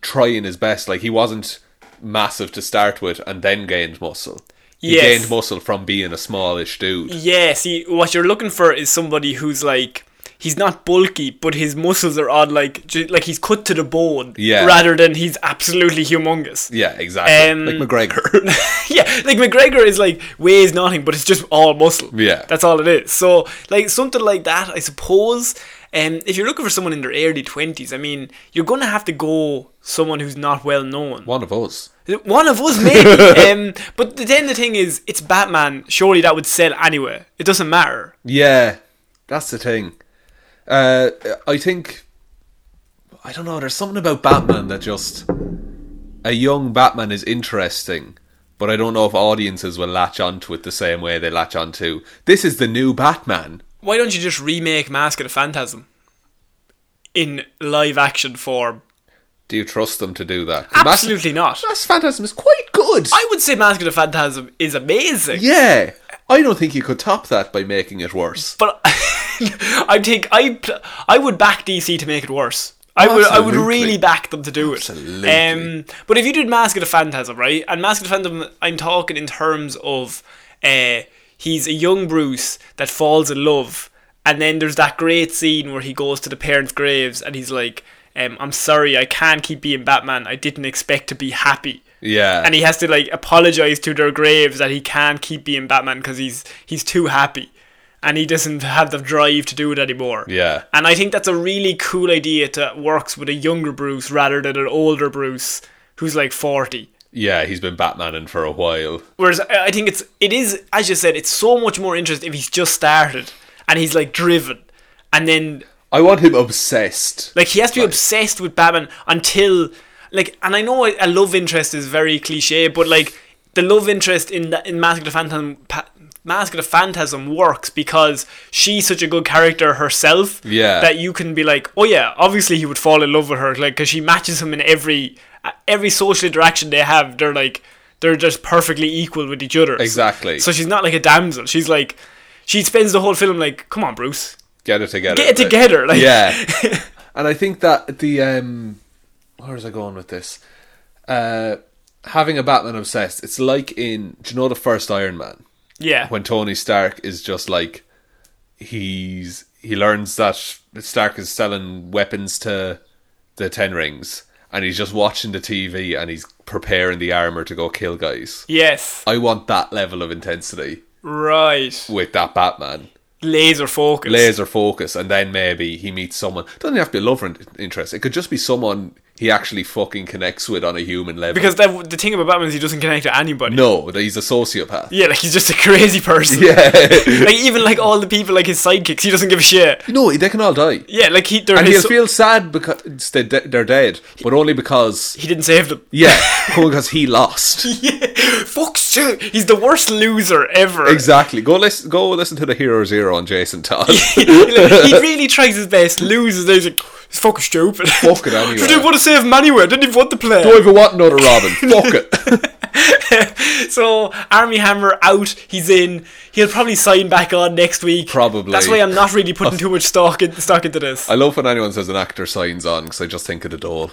B: trying his best. Like he wasn't massive to start with, and then gained muscle. He
A: Yes.
B: gained muscle from being a smallish dude.
A: Yeah, see, what you're looking for is somebody who's like he's not bulky, but his muscles are on like ju- like he's cut to the bone.
B: Yeah.
A: rather than he's absolutely humongous.
B: Yeah, exactly.
A: Um,
B: like McGregor.
A: yeah, like McGregor is like weighs nothing, but it's just all muscle.
B: Yeah.
A: that's all it is. So like something like that, I suppose. Um, if you're looking for someone in their early twenties, I mean, you're gonna have to go someone who's not well known.
B: One of us.
A: One of us maybe. um, but then the thing is, it's Batman. Surely that would sell anyway. It doesn't matter.
B: Yeah, that's the thing. Uh, I think I don't know. There's something about Batman that just a young Batman is interesting, but I don't know if audiences will latch onto it the same way they latch onto this is the new Batman.
A: Why don't you just remake Mask of the Phantasm in live action form?
B: Do you trust them to do that? 'Cause Mas-
A: Absolutely not.
B: Mass Phantasm is quite good.
A: I would say Mask of the Phantasm is amazing.
B: yeah, I don't think you could top that by making it worse.
A: But I think I pl- I would back DC to make it worse. I would I would
B: Absolutely.
A: really back them to do it.
B: Absolutely.
A: Um, but if you did Mask of the Phantasm, right? And Mask of the Phantasm, I'm talking in terms of uh, he's a young Bruce that falls in love, and then there's that great scene where he goes to the parents' graves and he's like, um, "I'm sorry, I can't keep being Batman. I didn't expect to be happy."
B: Yeah,
A: and he has to like apologize to their graves that he can't keep being Batman because he's he's too happy, and he doesn't have the drive to do it anymore.
B: Yeah.
A: and I think that's a really cool idea that works with a younger Bruce rather than an older Bruce who's like forty.
B: yeah, he's been Batmaning for a while.
A: Whereas I I think it's it is as you said, it's so much more interesting if he's just started and he's like driven, and then
B: I want him obsessed.
A: Like he has to be obsessed with Batman until like and I know a a love interest is very cliche, but like the love interest in the, in Mask of the Phantasm pa- Mask of the Phantasm works because she's such a good character herself
B: Yeah.
A: that you can be like, "Oh yeah, obviously he would fall in love with her like cuz she matches him in every every social interaction they have. They're like they're just perfectly equal with each other.
B: Exactly.
A: So she's not like a damsel. She's like she spends the whole film like, "Come on, Bruce.
B: Get it together.
A: Get it
B: Vic.
A: together." Like
B: Yeah. and I think that the um where was I going with this? Uh having a Batman obsessed, it's like in do you know the first Iron Man?
A: Yeah.
B: When Tony Stark is just like he's he learns that Stark is selling weapons to the Ten Rings and he's just watching the TV and he's preparing the armor to go kill guys.
A: yes.
B: I want that level of intensity
A: Right.
B: with that Batman.
A: Laser focus.
B: laser focus, and then maybe he meets someone. Doesn't have to be a love in- interest. It could just be someone he actually fucking connects with on a human level.
A: Because that, the thing about Batman is he doesn't connect to anybody.
B: no, that he's a sociopath.
A: Yeah, like he's just a crazy person.
B: Yeah.
A: like even like all the people like his sidekicks, he doesn't give a shit.
B: no, they can all die,
A: Yeah, like he they're
B: and he'll
A: his,
B: feel sad because they're, de- they're dead, but only because
A: he didn't save them.
B: yeah, only because he lost.
A: Yeah. Fuck shit. He's the worst loser ever.
B: Exactly. Go listen. Go listen to the Hero Zero on Jason Todd.
A: Like, he really tries his best, loses, then he's like, he's fucking stupid.
B: Fuck it anyway.
A: He didn't want to save him anyway, didn't even want to play.
B: Don't even want another Robin. Fuck it.
A: so Army Hammer out, he's in. He'll probably sign back on next week.
B: Probably.
A: That's why I'm not really putting too much stock in, stock into this.
B: I love when anyone says an actor signs on because I just think of the doll.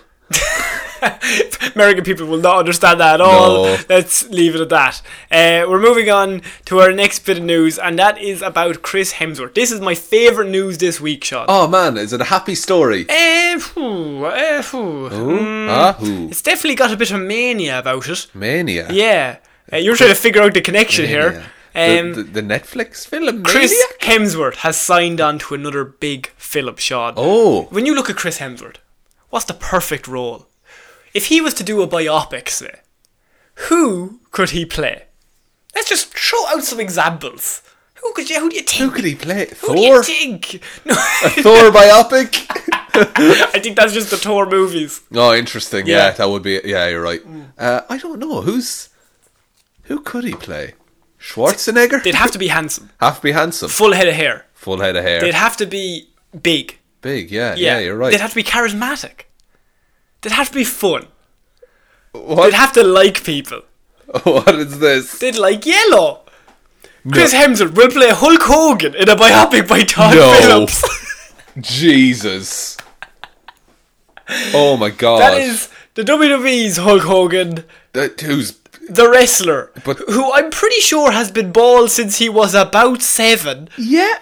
A: American people will not understand that at all.
B: No.
A: Let's leave it at that. Uh, we're moving on to our next bit of news, and that is about Chris Hemsworth. This is my favorite news this week, Sean.
B: Oh man, is it a happy story?
A: Eh, phew, eh, phew. Mm.
B: Ah, who?
A: It's definitely got a bit of mania about it.
B: Mania.
A: Yeah, uh, you're trying to figure out the connection here.
B: Mania.
A: Um,
B: the, the, the Netflix film
A: Chris
B: Mania?
A: Hemsworth has signed on to another big Philip Shaw.
B: Oh,
A: When you look at Chris Hemsworth, what's the perfect role? If he was to do a biopic, say, who could he play? Let's just throw out some examples. Who could you? Who do you
B: who
A: think?
B: could he play?
A: Who do you
B: Thor?
A: think? No,
B: Thor biopic?
A: I think that's just the tour movies.
B: Oh, interesting. Yeah.
A: Yeah. Mm.
B: that would be. Yeah, you're right. Uh, I don't know who's who could he play. Schwarzenegger?
A: They'd have to be handsome,
B: Have to be handsome.
A: full head of hair.
B: Full head of hair.
A: They'd have to be big.
B: Big, yeah, yeah,
A: Yeah,
B: you're right.
A: They'd have to be charismatic. They'd have to be fun.
B: what? Oh.
A: They'd have to like people.
B: what is this?
A: They'd like yellow. Chris Hemsworth will play Hulk Hogan in a biopic by Todd
B: No.
A: Phillips.
B: Jesus. Oh my god.
A: that is the WWE's Hulk Hogan,
B: That- who's
A: the wrestler,
B: But-
A: who I'm pretty sure has been bald since he was about seven.
B: Yeah.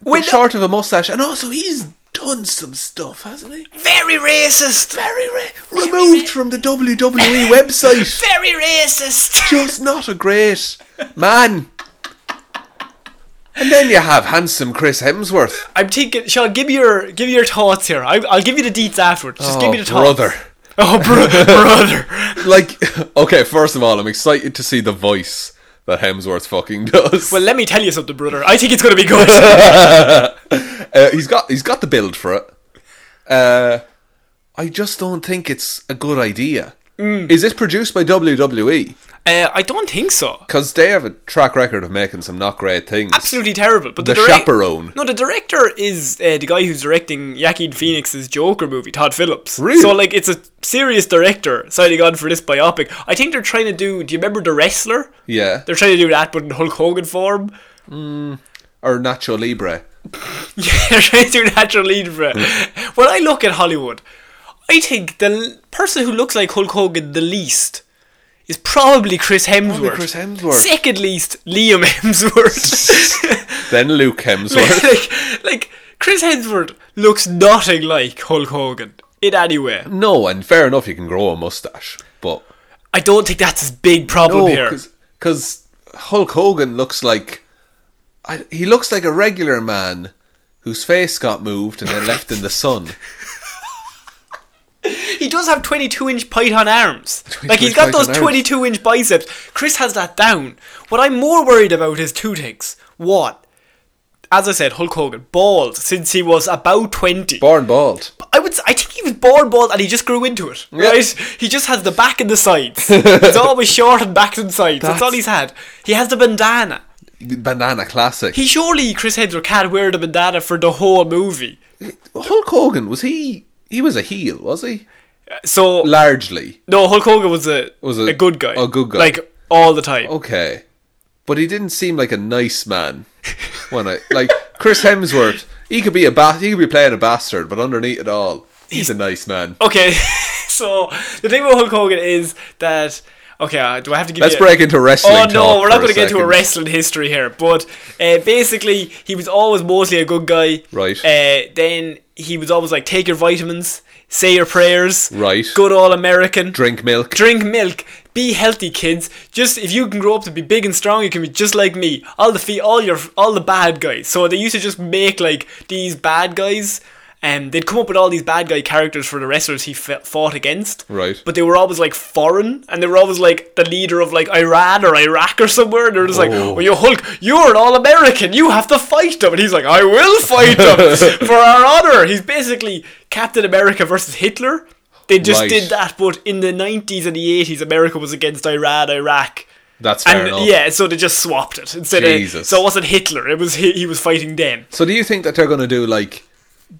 A: When-
B: With short of a mustache, and also he's done some stuff, hasn't he?
A: Very racist.
B: Very ra- removed from the WWE website.
A: Very racist.
B: Just not a great man. And then you have handsome Chris Hemsworth.
A: I'm thinking, Sean. Give me your give me your thoughts here. I, I'll give you the deets afterwards. Just give
B: Oh,
A: me the thoughts.
B: brother.
A: Oh, bro- brother.
B: Like, okay, first of all, I'm excited to see the voice that Hemsworth fucking does.
A: Well, let me tell you something, brother. I think it's gonna be good.
B: Uh, he's got he's got the build for it. Uh, I just don't think it's a good idea.
A: Mm.
B: Is this produced by WWE?
A: uh, I don't think so.
B: Because they have a track record of making some not great things.
A: Absolutely terrible. But the,
B: The
A: direc-
B: chaperone.
A: No, the director is uh, the guy who's directing Joaquin Phoenix's Joker movie, Todd Phillips.
B: Really?
A: So like, it's a serious director signing on for this biopic. I think they're trying to do. Do you remember the wrestler?
B: Yeah.
A: They're trying to do that, but in Hulk Hogan form.
B: Or Nacho Libre.
A: Yeah, trying to do natural Libre.
B: Mm.
A: when I look at Hollywood, I think the l- person who looks like Hulk Hogan the least is probably Chris Hemsworth.
B: Chris Hemsworth.
A: Second least, Liam Hemsworth.
B: Then Luke Hemsworth.
A: like, like, Chris Hemsworth looks nothing like Hulk Hogan in any way.
B: no, and fair enough, you can grow a mustache. But.
A: I don't think that's his big problem here.
B: Because Oh, Hulk Hogan looks like. I, he looks like a regular man whose face got moved and then left in the sun.
A: He does have 22 inch python arms. Like, he's
B: 22
A: got those
B: python arms.
A: 22 inch biceps. Chris has that down. What I'm more worried about is two things. One, as I said, Hulk Hogan, bald since he was about 20.
B: Born bald.
A: I would. s- I think he was born bald and he just grew into it. Right? He just has the back and the sides. it's always short and back and sides. That's, all
B: That's-
A: he's had. He has the bandana.
B: Banana classic.
A: He surely, Chris Hemsworth, can't wear the bandana for the whole movie.
B: Hulk Hogan, was he. He was a heel, was he?
A: So,
B: Largely.
A: no, Hulk Hogan was a
B: Was a-
A: a, good guy.
B: a good guy. Oh.
A: Like, all the time.
B: okay, but he didn't seem like a nice man. When I like Chris Hemsworth, he could be a ba- he could be playing a bastard, but underneath it all, he's, a nice man.
A: Okay, so the thing about Hulk Hogan is that okay, uh, do I have to give?
B: Let's
A: you
B: break into wrestling.
A: Oh no,
B: talk
A: we're not
B: for
A: going to get into a
B: second.
A: wrestling history here, but uh, basically he was always mostly a good guy.
B: Right.
A: Uh, then he was always like, take your vitamins, say your prayers.
B: Right.
A: Good all American.
B: Drink milk.
A: Drink milk. Be healthy, kids. Just if you can grow up to be big and strong, you can be just like me. I'll defeat all your all the bad guys. So they used to just make like these bad guys, and they'd come up with all these bad guy characters for the wrestlers he f- fought against.
B: Right.
A: But they were always like foreign, and they were always like the leader of like Iran or Iraq or somewhere. And they're just like,
B: Oh.
A: "Oh, you Hulk, you're an all American. You have to fight them." And he's like, "I will fight them for our honor." He's basically Captain America versus Hitler. They just
B: Right.
A: did that, but in the 90s and the 80s, America was against Iran, Iraq.
B: That's fair
A: And
B: enough.
A: yeah, so they just swapped it instead. Of,
B: Jesus.
A: so it wasn't Hitler; it was he, he was fighting them.
B: So do you think that they're going to do like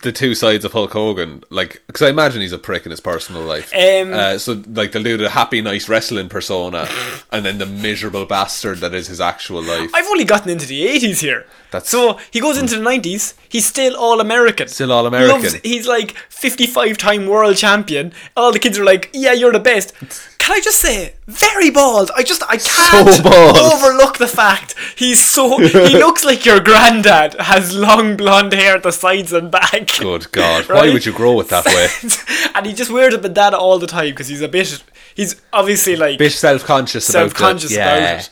B: the two sides of Hulk Hogan? Like, because I imagine he's a prick in his personal life.
A: Um,
B: uh, so like they'll do the happy, nice wrestling persona, and then the miserable bastard that is his actual life.
A: I've only gotten into the 80s here.
B: That's-
A: so he goes into the 90s. He's still all American.
B: Still All-American.
A: Loves- he's like 55 time world champion. All the kids are like, "Yeah, you're the best." Can I just say, very bald. I just I can't
B: bald.
A: overlook the fact he's so he looks like your granddad has long blonde hair at the sides and back.
B: Good God, why
A: Right?
B: would you grow it that way?
A: and he just wears a bandana all the time because he's a bit he's obviously like
B: Bit self-conscious about it.
A: self-conscious about,
B: Yeah.
A: it.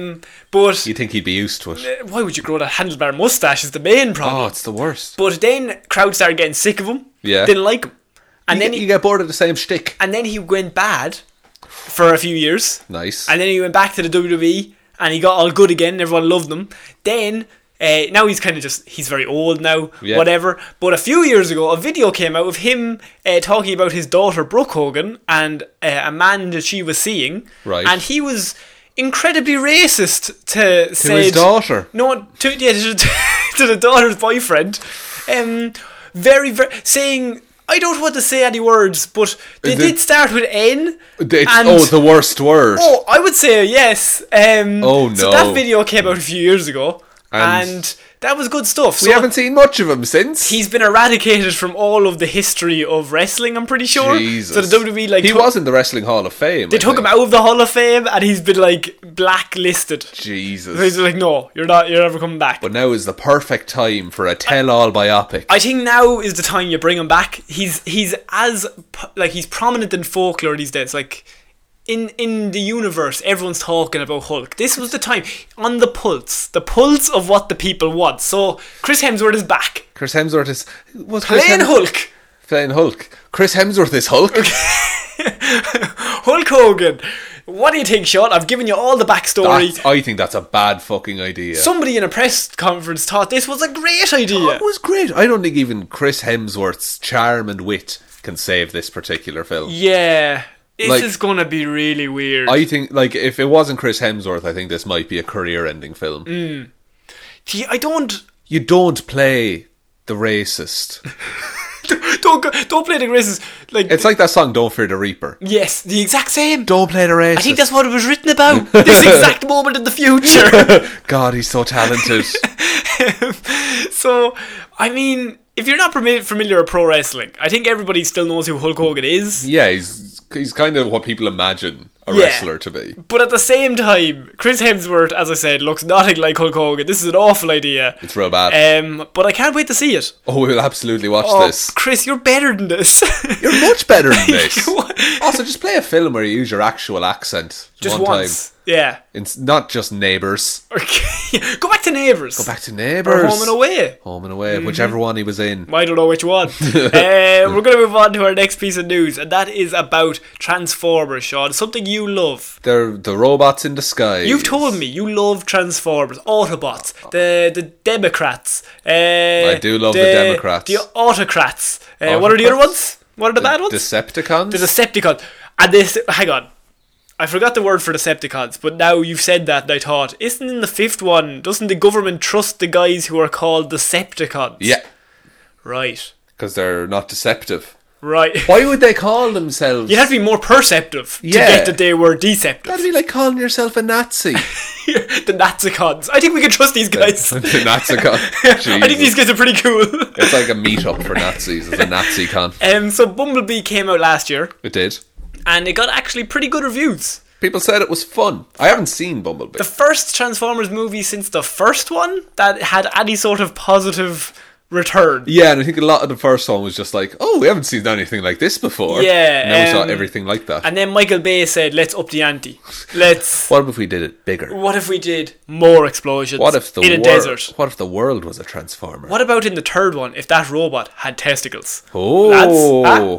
A: Um but
B: You think he'd be used to it?
A: why would you grow that handlebar mustache is the main problem.
B: Oh, it's the worst.
A: But then crowd started getting sick of him.
B: Yeah.
A: Didn't like him. And
B: And
A: then
B: then
A: he,
B: you get bored of the same shtick.
A: and then he went bad for a few years.
B: Nice.
A: And then he went back to the WWE and he got all good again. Everyone loved him. Then uh, now he's kind of just he's very old now,
B: Yeah.
A: whatever. But a few years ago, a video came out of him uh, talking about his daughter Brooke Hogan and uh, a man that she was seeing.
B: Right.
A: And he was incredibly racist to,
B: To his
A: said-
B: daughter.
A: No, to, yeah, to, to the daughter's boyfriend. Um, very, very saying. I don't want to say any words, but they
B: Is it-
A: did start with N.
B: It's,
A: and-
B: oh, the worst word.
A: Oh, I would say yes. Um,
B: Oh,
A: So
B: no.
A: that video came out a few years ago,
B: And-
A: and, that was good stuff. So
B: we haven't seen much of him since.
A: he's been eradicated from all of the history of wrestling. I'm pretty sure.
B: Jesus.
A: So the WWE like
B: he
A: took-
B: was in the Wrestling Hall of Fame.
A: they took him out of the Hall of Fame, and he's been like blacklisted. So
B: Jesus.
A: he's like, no, you're not. You're never coming back.
B: But now is the perfect time for a tell-all biopic.
A: I think now is the time you bring him back. He's he's as p- like he's prominent in folklore these days. Like in in the universe, everyone's talking about Hulk. This was the time on the pulse, the pulse of what the people want. So Chris Hemsworth is back
B: Chris Hemsworth is was Chris
A: playing
B: Hem-
A: Hulk.
B: Playing Hulk. Chris Hemsworth is Hulk.
A: Hulk Hogan. What do you think, Sean? I've given you all the backstory.
B: That's- I think that's a bad fucking idea.
A: Somebody in a press conference thought this was a great idea.
B: It was great. I don't think even Chris Hemsworth's charm and wit can save this particular film.
A: Yeah, this
B: Like-
A: is gonna be really weird.
B: I think, like, if it wasn't Chris Hemsworth, I think this might be a career-ending film.
A: Mm. Gee, I don't.
B: You don't play the racist.
A: Don't go, don't play the races like
B: It's like that song "Don't Fear the Reaper."
A: Yes, the exact same.
B: Don't play the racist.
A: I think that's what it was written about. this exact moment in the future.
B: God, he's so talented.
A: so, I mean, if you're not fami- familiar with pro wrestling, I think everybody still knows who Hulk Hogan is.
B: yeah, he's he's kind of what people imagine a
A: Yeah.
B: wrestler to be.
A: But at the same time, Chris Hemsworth, as I said, looks nothing like Hulk Hogan. This is an awful idea.
B: It's real bad.
A: Um, but I can't wait to see it.
B: oh, we'll absolutely watch
A: Oh,
B: this.
A: Chris, you're better than this.
B: You're much better than this.
A: What?
B: also, just play a film where you use your actual accent
A: just
B: one
A: once. Yeah.
B: time. It's not just neighbors.
A: Okay. Go back to neighbors.
B: Back to
A: Or
B: neighbors.
A: home and away. Mm-hmm.
B: Home and away, whichever one he was in.
A: I don't know which one. uh, we're going to move on to our next piece of news, and that is about Transformers, Sean. Something you love.
B: They're the robots in the sky.
A: You've told me you love Transformers, Autobots, the the Democrats. Uh,
B: I do love the Democrats.
A: The Autocrats. Uh, what are the other
B: Autocrats?
A: ones? What are the, bad ones?
B: Decepticons.
A: the Decepticons. And this, hang on. I forgot the word for Decepticons, but now you've said that, and I thought, isn't in the fifth one, doesn't the government trust the guys who are called Decepticons?
B: yeah,
A: Right.
B: because they're not deceptive.
A: Right.
B: Why would they call themselves?
A: You'd have to be more perceptive to
B: Yeah.
A: get that they were deceptive.
B: That'd be like calling yourself a Nazi.
A: the Nazicons. I think we can trust these guys.
B: the Nazicon.
A: I think
B: Jesus.
A: these guys are pretty cool.
B: It's like a meetup for Nazis. It's a Nazi con.
A: um, so Bumblebee came out last year,
B: It did.
A: and it got actually pretty good reviews.
B: People said it was fun. I haven't seen Bumblebee.
A: The first Transformers movie since the first one that had any sort of positive return.
B: yeah, and I think a lot of the first one was just like, oh, we haven't seen anything like this before.
A: Yeah,
B: And then
A: um,
B: we saw everything like that.
A: And then Michael Bay said, "Let's up the ante. Let's.
B: what if we did it bigger?
A: What if we did more explosions?
B: What if the
A: in a
B: world?
A: desert?
B: What if the world was a transformer?
A: What about in the third one if that robot had testicles?
B: Oh.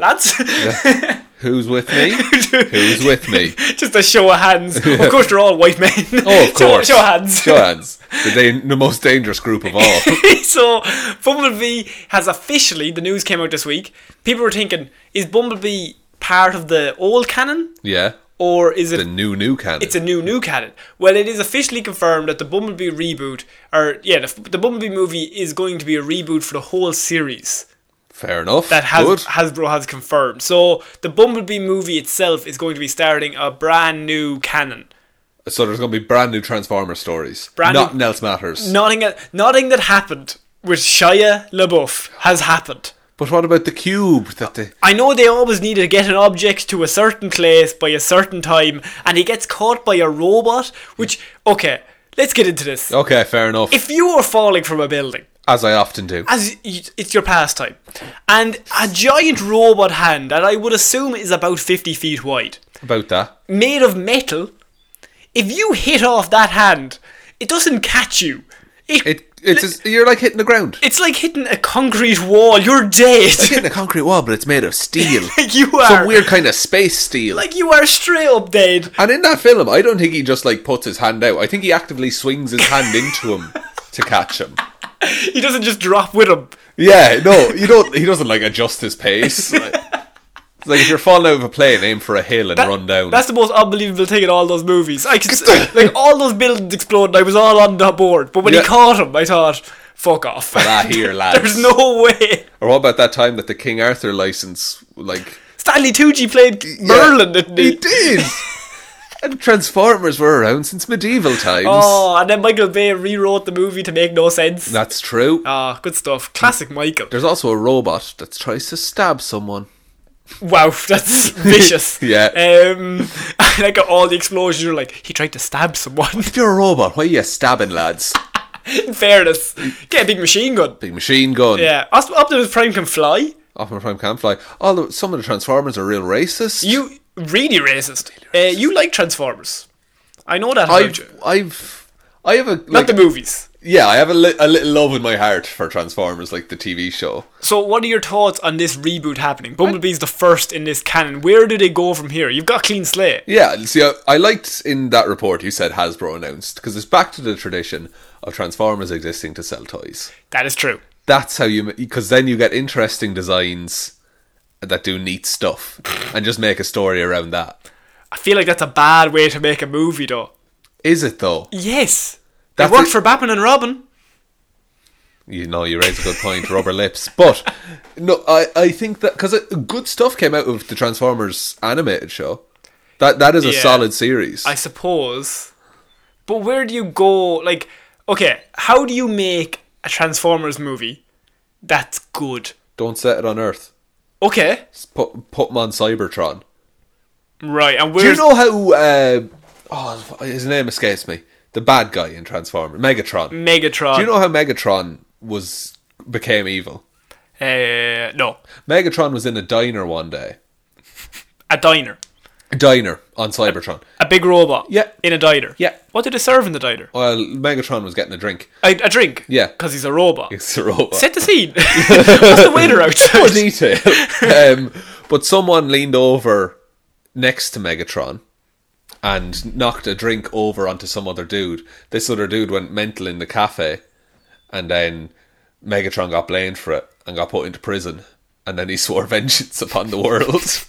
A: Lads, ah, lads?
B: Who's with me? Who's with me?
A: Just a show of hands. Of course, they're all white men.
B: Oh, of
A: Show-
B: course.
A: Show, of hands.
B: Show hands. The, dan- the most dangerous group of all.
A: so, Bumblebee has officially, the news came out this week. People were thinking, is Bumblebee part of the old canon?
B: yeah.
A: Or is it
B: The new new canon.
A: it's a new new canon. Well, it is officially confirmed that the Bumblebee reboot, or yeah, the, the Bumblebee movie is going to be a reboot for the whole series
B: Fair enough.
A: that has,
B: Good.
A: Hasbro has confirmed. So the Bumblebee movie itself is going to be starting a brand new canon.
B: So there's going to be brand new Transformer stories.
A: Brand new-
B: Nothing else matters.
A: Nothing, nothing that happened with Shia LaBeouf has happened.
B: But what about the cube that they?
A: I know they always need to get an object to a certain place by a certain time, and he gets caught by a robot. Which, okay, let's get into this.
B: Okay, fair enough.
A: If you are falling from a building,
B: as I often do.
A: as y- it's your pastime, and a giant robot hand that I would assume is about 50 feet wide,
B: about that.
A: made of metal, if you hit off that hand, it doesn't catch you. It,
B: It it's as- you're like hitting the ground.
A: it's like hitting a concrete wall. You're dead.
B: hitting a concrete wall, but it's made of steel.
A: like you are.
B: Some weird kind of space steel.
A: Like you are straight up dead.
B: and in that film, I don't think he just like puts his hand out. I think he actively swings his hand into him to catch him.
A: He doesn't just drop with him.
B: Yeah, no, you don't. He doesn't like adjust his pace. Like, It's like if you're falling out of a plane, aim for a hill and
A: That-
B: run down.
A: That's the most unbelievable thing in all those movies. I could s- like all those buildings explode. and I was all on the board, but when
B: Yeah.
A: he caught him, I thought, "Fuck off."
B: Ah, here, lads.
A: There's no way.
B: Or what about that time that the King Arthur license, like
A: Stanley Tucci played Merlin, didn't
B: He
A: he?
B: did. and Transformers were around since medieval times.
A: Oh, and then Michael Bay rewrote the movie to make no sense.
B: That's true.
A: Ah, good stuff. Classic Michael.
B: There's also a robot that tries to stab someone.
A: Wow, that's vicious.
B: Yeah.
A: Um, and like all the explosions, you're like, he tried to stab someone.
B: If you're a robot, why are you stabbing lads?
A: in fairness, get a big machine gun.
B: Big machine gun.
A: Yeah, Opt- Optimus Prime can fly.
B: Optimus Prime can fly. Although some of the Transformers are real racist.
A: You really racist. Uh, you like Transformers. I know that about you.
B: I've, I've, I have a
A: Not
B: like,
A: the movies.
B: yeah, I have a, li- a little love in my heart for Transformers, like the TV show.
A: So, what are your thoughts on this reboot happening? Bumblebee's the first in this canon. Where do they go from here? You've got a clean slate.
B: Yeah, see, I, I liked in that report you said Hasbro announced because it's back to the tradition of Transformers existing to sell toys.
A: That is true.
B: That's how you because then you get interesting designs that do neat stuff and just make a story around that.
A: I feel like that's a bad way to make a movie, though.
B: Is it though?
A: Yes,
B: That's
A: that worked
B: it.
A: for Batman and Robin.
B: You know, you raise a good point. Rubber lips, but no, I I think that because good stuff came out of the Transformers animated show. That that is a
A: Yeah.
B: solid series.
A: I suppose. But where do you go? Like, okay, how do you make a Transformers movie that's good?
B: Don't set it on Earth.
A: Okay,
B: Just Put put 'em on Cybertron.
A: right. And
B: Do you
A: where's
B: know how? Uh, oh, his name escapes me. The bad guy in Transformers, Megatron.
A: Megatron?
B: Do you know how Megatron was became evil?
A: Uh, no,
B: Megatron was in a diner one day.
A: a diner,
B: A diner on Cybertron.
A: a big robot.
B: Yeah.
A: in a diner.
B: Yeah.
A: What did they serve in the diner?
B: Well, Megatron was getting a drink.
A: A, a drink.
B: Yeah.
A: because he's a robot.
B: It's a robot.
A: Set the scene. What's the waiter
B: Poor
A: outside?
B: detail. um, but someone leaned over next to Megatron and knocked a drink over onto some other dude. This other dude went mental in the cafe, and then Megatron got blamed for it and got put into prison. And then he swore vengeance upon the world.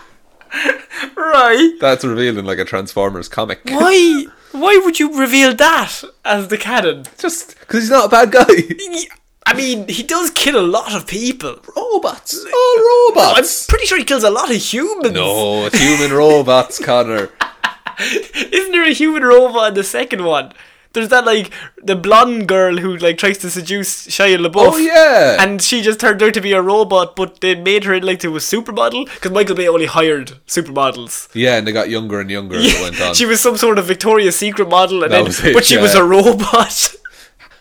A: right.
B: That's revealed in like a Transformers comic.
A: Why? Why would you reveal that as the canon?
B: Just because he's not a bad guy.
A: I mean, he does kill a lot of people.
B: Robots. Oh,
A: I'm
B: robots.
A: pretty sure he kills a lot of humans.
B: No, it's human robots, Connor.
A: Isn't there a human robot in the second one? There's that like the blonde girl who like tries to seduce Shia LaBeouf.
B: Oh, yeah.
A: And she just turned out to be a robot, but they made her like to a supermodel because Michael Bay only hired supermodels.
B: Yeah, and they got younger and younger as it went on.
A: she was some sort of Victoria's Secret model, and
B: That
A: then,
B: was it,
A: but she was
B: yeah.
A: a robot.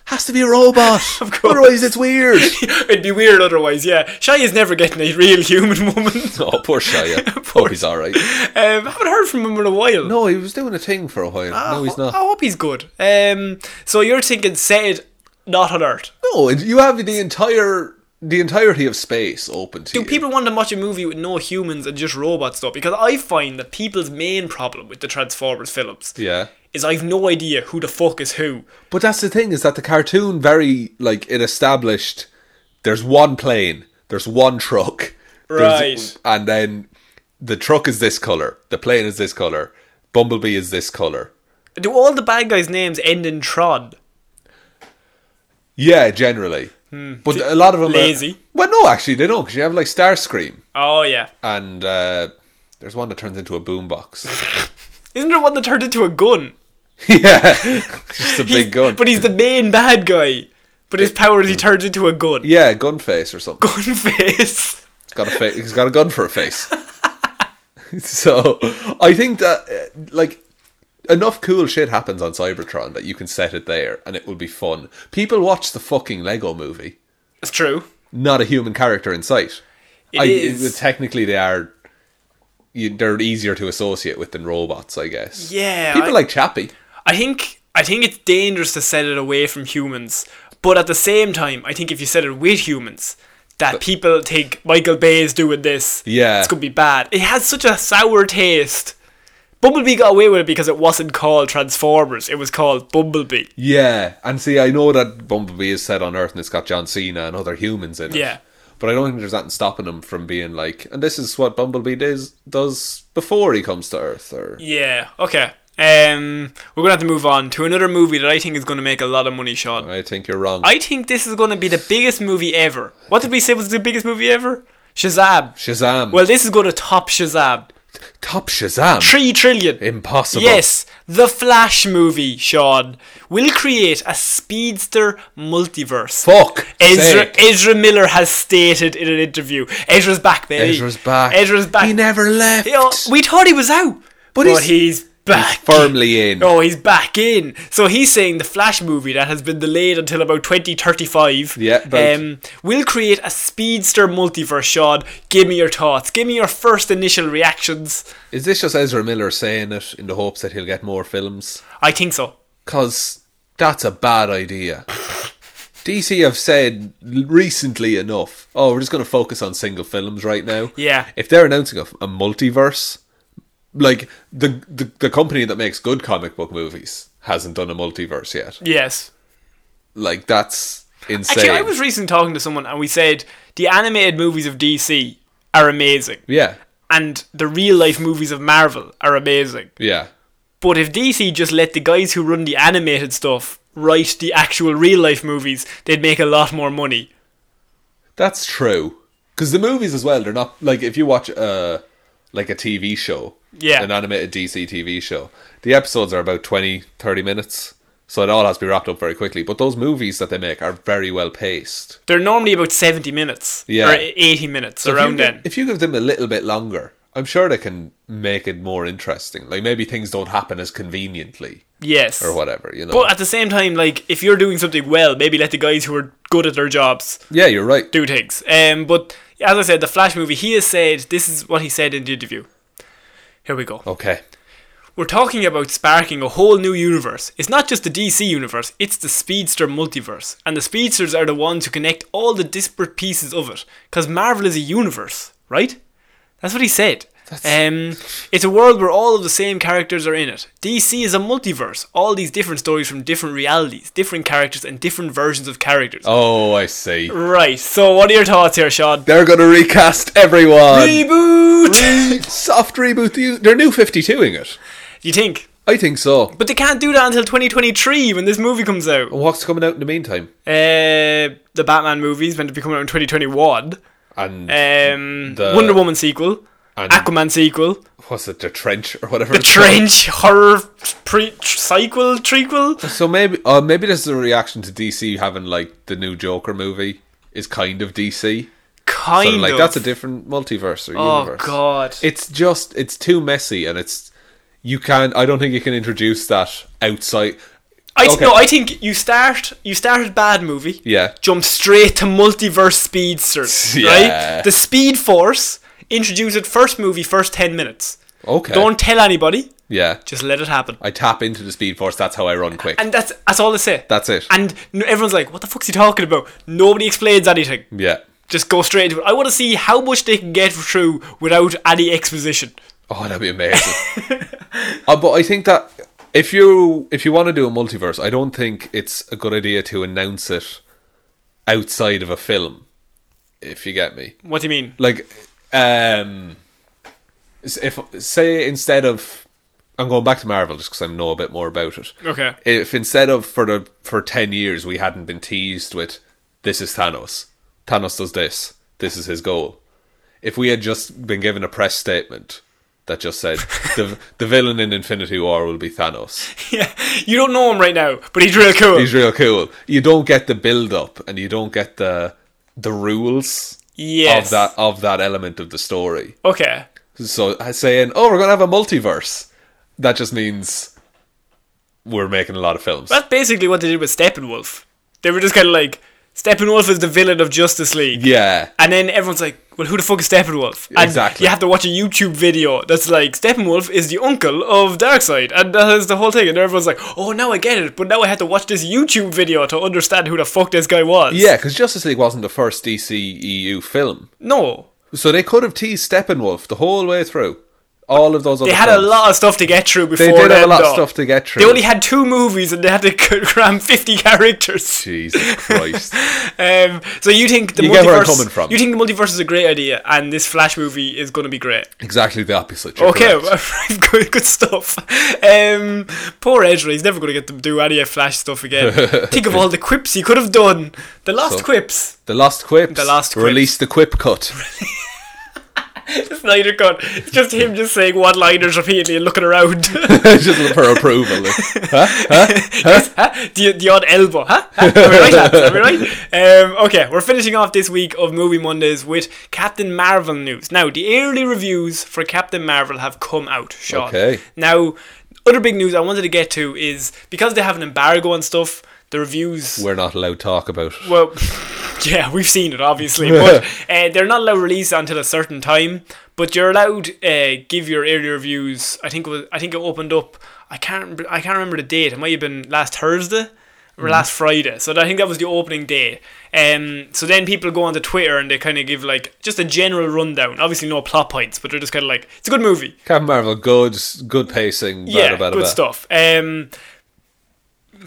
B: Has to be a robot. of
A: course.
B: Otherwise, it's weird.
A: It'd be weird otherwise. Yeah, Shia's never getting a real human woman.
B: oh, poor Shia. Oh, he's all right.
A: Um, haven't heard from him in a while.
B: No, he was doing a thing for a while. no, he's
A: I
B: not.
A: hope he's good. Um, so you're thinking set it, not on Earth.
B: No, you have the entire the entirety of space open to
A: Do
B: you.
A: people want to watch a movie with no humans and just robots stuff? Because I find that people's main problem with the Transformers films
B: yeah.
A: is I've no idea who the fuck is who.
B: But that's the thing is that the cartoon very like it established. There's one plane. There's one truck.
A: Right.
B: there's- And then the truck is this color. The plane is this color. Bumblebee is this color.
A: Do all the bad guys' names end in Tron?
B: Yeah, generally. But a lot of them are-
A: Lazy.
B: well, no, actually, they don't. Because you have like Starscream,
A: Oh yeah.
B: and uh, there's one that turns into a boombox.
A: Isn't there one that turned into a gun?
B: yeah, just a
A: He's-
B: big gun.
A: But he's the main bad guy. But his power is he turns into a gun.
B: yeah, gun face or something.
A: Gun face.
B: He's got a fa- he's got a gun for a face. so I think that uh, like enough cool shit happens on Cybertron that you can set it there and it will be fun. People watch the fucking Lego movie.
A: It's true.
B: Not a human character in sight. I,
A: is.
B: technically, they are. You, they're easier to associate with than robots, I guess.
A: Yeah,
B: people
A: I-
B: like Chappie.
A: I think I think it's dangerous to set it away from humans, but at the same time, I think if you set it with humans, that people think Michael Bay is doing this.
B: Yeah.
A: it's gonna be bad. It has such a sour taste. Bumblebee got away with it because it wasn't called Transformers; it was called Bumblebee.
B: Yeah, and see, I know that Bumblebee is set on Earth and it's got John Cena and other humans in it.
A: Yeah.
B: But I don't think there's nothing stopping him from being like, and this is what Bumblebee does does before he comes to Earth, or
A: Yeah. Okay. Um, we're gonna have to move on to another movie that I think is gonna make a lot of money, Sean.
B: I think you're wrong.
A: I think this is gonna be the biggest movie ever. What did we say was the biggest movie ever? Shazam.
B: Shazam.
A: Well, this is gonna top Shazam.
B: top Shazam.
A: Three trillion.
B: Impossible.
A: Yes, the Flash movie, Sean, will create a speedster multiverse.
B: Fuck.
A: Ezra,
B: sake.
A: Ezra Miller has stated in an interview. Ezra's back, baby.
B: Ezra's back.
A: Ezra's back.
B: He never left.
A: You know, we thought he was out, but,
B: he's-
A: he's, back.
B: firmly in.
A: Oh, he's back in. So he's saying the Flash movie that has been delayed until about 2035
B: Yeah, about-
A: um, will create a speedster multiverse, Sean. Give me your thoughts. Give me your first initial reactions.
B: Is this just Ezra Miller saying it in the hopes that he'll get more films?
A: I think so.
B: Because that's a bad idea. DC have said l- recently enough, oh, we're just going to focus on single films right now.
A: Yeah.
B: If they're announcing a, a multiverse, like the, the the company that makes good comic book movies hasn't done a multiverse yet.
A: Yes.
B: Like that's insane.
A: Actually, I was recently talking to someone and we said the animated movies of DC are amazing
B: yeah,
A: and the real life movies of Marvel are amazing.
B: yeah.
A: But if DC just let the guys who run the animated stuff write the actual real life movies, they'd make a lot more money.
B: That's true. Because the movies as well, they're not like if you watch uh like a TV show,
A: Yeah.
B: an animated DC TV show, the episodes are about 20, 30 minutes, so it all has to be wrapped up very quickly. But those movies that they make are very well paced.
A: They're normally about 70 minutes
B: Yeah.
A: or 80 minutes
B: If you
A: around
B: gi-
A: then.
B: if you give them a little bit longer, I'm sure they can make it more interesting. Like maybe things don't happen as conveniently
A: Yes.
B: or whatever, you know.
A: But at the same time, like, if you're doing something well, maybe let the guys who are good at their jobs
B: yeah, you're right.
A: do things. Um, but as I said, the Flash movie, he has said, this is what he said in the interview. Here we go.
B: Okay.
A: We're talking about sparking a whole new universe. It's not just the DC universe, it's the Speedster multiverse. And the Speedsters are the ones who connect all the disparate pieces of it. Because Marvel is a universe, right? That's what he said. Um, it's a world where all of the same characters are in it. DC is a multiverse. All these different stories from different realities, different characters, and different versions of characters.
B: Oh, I see.
A: Right, so what are your thoughts here, Sean?
B: They're gonna recast everyone.
A: Reboot!
B: soft reboot. the- They're new 52ing it.
A: you think?
B: I think so.
A: But they can't do that until 2023 when this movie comes out.
B: What's coming out in the meantime?
A: Uh, the Batman movies meant to be coming out in 2021.
B: And
A: Um,
B: The-
A: Wonder Woman sequel,
B: And-
A: Aquaman sequel,
B: what's it, the trench or whatever?
A: The Trench horror pre tr- sequel, trequel.
B: So maybe, uh, maybe this is a reaction to DC having like the new Joker movie is kind of DC. So,
A: Kind
B: like
A: of.
B: that's a different multiverse or
A: oh
B: universe.
A: god.
B: It's just it's too messy and it's you can't. I don't think you can introduce that outside.
A: I th-
B: okay.
A: no, I think you start you start at bad movie.
B: Yeah.
A: Jump straight to multiverse speedsters,
B: Yeah.
A: right? The Speed Force. Introduce it first movie, first ten minutes.
B: Okay.
A: Don't tell anybody.
B: Yeah.
A: Just let it happen.
B: I tap into the Speed Force. That's how I run quick.
A: And that's that's all I say.
B: that's it.
A: And n- everyone's like, "What the fuck's he talking about?" Nobody explains anything.
B: yeah.
A: Just go straight into it. I want to see how much they can get through without any exposition.
B: Oh, that'd be amazing. uh, but I think that if you if you want to do a multiverse, I don't think it's a good idea to announce it outside of a film. If you get me,
A: What do you mean?
B: like, um, s- if say instead of I'm going back to Marvel just because I know a bit more about it.
A: Okay.
B: If instead of for the for ten years we hadn't been teased with this is Thanos, Thanos does this, this is his goal. If we had just been given a press statement that just said the the villain in Infinity War will be Thanos,
A: Yeah, you don't know him right now, but he's real cool.
B: he's real cool. You don't get the build up and you don't get the the rules
A: yes.
B: of that of that element of the story.
A: Okay.
B: So saying, "Oh, we're gonna have a multiverse," that just means we're making a lot of films.
A: That's basically what they did with Steppenwolf. They were just kind of like, Steppenwolf is the villain of Justice League.
B: yeah,
A: And then everyone's like, well, who the fuck is Steppenwolf? And
B: Exactly.
A: You have to watch a YouTube video that's like, Steppenwolf is the uncle of Darkseid. And that is the whole thing. And everyone's like, oh, now I get it. But now I had to watch this YouTube video to understand who the fuck this guy was.
B: Yeah, because Justice League wasn't the first DC EU film,
A: No.
B: so they could have teased Steppenwolf the whole way through. all of those. Other
A: They had a
B: films.
A: lot of stuff to get through before
B: They did have a
A: then,
B: lot of
A: though.
B: stuff to get through.
A: They only had two movies and they had to cram 50 characters.
B: Jesus Christ.
A: Um, so you think the
B: You
A: multiverse?
B: get where I'm coming from.
A: You think the multiverse is a great idea, and this Flash movie is going to be great.
B: exactly the opposite. you're
A: Okay,
B: correct.
A: good, good stuff. Um, poor Ezra, he's never going to get to do any of Flash stuff again. think of all the quips he could have done. The last
B: So-
A: quips.
B: The Lost Quips.
A: The Lost Quips.
B: Release the Quip Cut.
A: Snyder cut. It's just him just saying one liners repeatedly and looking around.
B: Just for approval. Huh?
A: Yes, huh? the, the odd elbow, huh? Huh? Am I right, lads? Am I right? Um, okay, we're finishing off this week of Movie Mondays with Captain Marvel news. Now, the early reviews for Captain Marvel have come out, Sean.
B: Okay.
A: Now, other big news I wanted to get to is because they have an embargo on stuff, the reviews.
B: We're not allowed to talk about.
A: Well, yeah, we've seen it obviously, but uh, they're not allowed to release until a certain time. But you're allowed uh, give your early reviews. I think it was, I think it opened up. I can't rem- I can't remember the date. It might have been last Thursday or last Friday. So I think that was the opening day. Um, so then people go onto Twitter and they kind of give like just a general rundown. Obviously no plot points, but they're just kind of like it's a good movie.
B: Captain Marvel, good, good pacing. Blah,
A: Yeah,
B: blah, blah,
A: good
B: blah.
A: stuff. Um,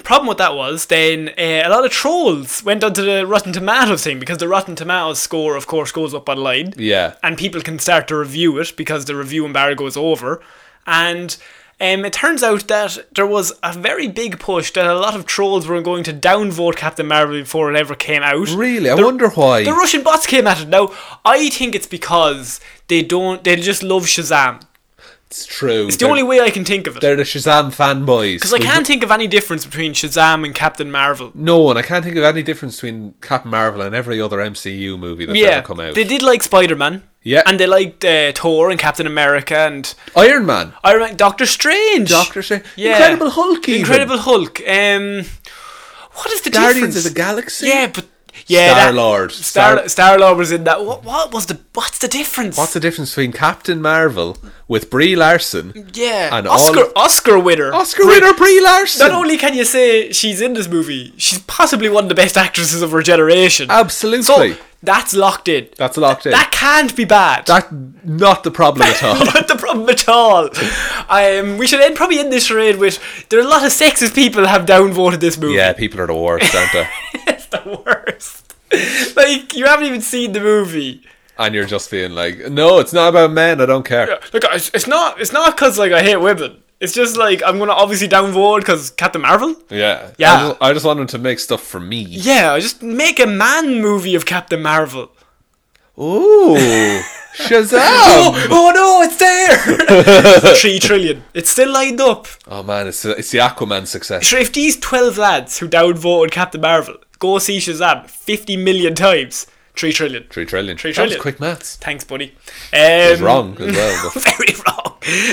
A: problem with that was then uh, a lot of trolls went onto the Rotten Tomatoes thing because the Rotten Tomatoes score, of course, goes up online,
B: Yeah.
A: and people can start to review it because the review embargo is over, and. Um, it turns out that there was a very big push that a lot of trolls were going to downvote Captain Marvel before it ever came out.
B: Really, I
A: The-
B: wonder why.
A: the Russian bots came at it. Now, I think it's because they don't. They just love Shazam.
B: it's true.
A: It's the only way I can think of it.
B: They're the Shazam fanboys.
A: Because I can't think of any difference between Shazam and Captain Marvel.
B: No, and I can't think of any difference between Captain Marvel and every other MCU movie that's
A: Yeah,
B: ever come out.
A: they did like Spider Man.
B: Yeah.
A: and they liked uh, Thor and Captain America and
B: Iron Man,
A: Iron Man, Doctor Strange,
B: Doctor Strange,
A: Yeah.
B: Incredible Hulk, even.
A: Incredible Hulk. Um, what is the
B: Guardians
A: difference?
B: of the Galaxy.
A: yeah, but yeah, that-
B: Star-Lord.
A: Star
B: Star-
A: Star Lord was in that. What, what was the? What's the difference?
B: What's the difference between Captain Marvel with Brie Larson?
A: yeah,
B: and all-
A: Oscar Oscar winner.
B: Oscar winner Brie Larson.
A: Not only can you say she's in this movie, she's possibly one of the best actresses of her generation.
B: Absolutely.
A: So that's locked in.
B: That's locked in.
A: That can't be bad.
B: That not the problem at all.
A: not the problem at all. Um, we should end probably end this charade with there are a lot of sexist people have downvoted this movie.
B: yeah, people are the worst, aren't they?
A: it's the worst. Like you haven't even seen the movie.
B: And you're just being like, no, it's not about men. I don't care.
A: Look, it's it's not it's not because like I hate women. It's just like I'm gonna obviously downvote because Captain Marvel.
B: Yeah,
A: Yeah.
B: I just, I just want them to make stuff for me.
A: Yeah, just make a man movie of Captain Marvel.
B: Ooh, Shazam!
A: oh, oh no, it's there. Three trillion. It's still lined up.
B: Oh man, it's it's the Aquaman success.
A: Sure, if these 12 lads who downvoted Captain Marvel go see Shazam 50 million times, 3 trillion.
B: Three trillion. Three
A: trillion.
B: quick maths.
A: Thanks, buddy. Um,
B: It's wrong as well. But
A: very wrong.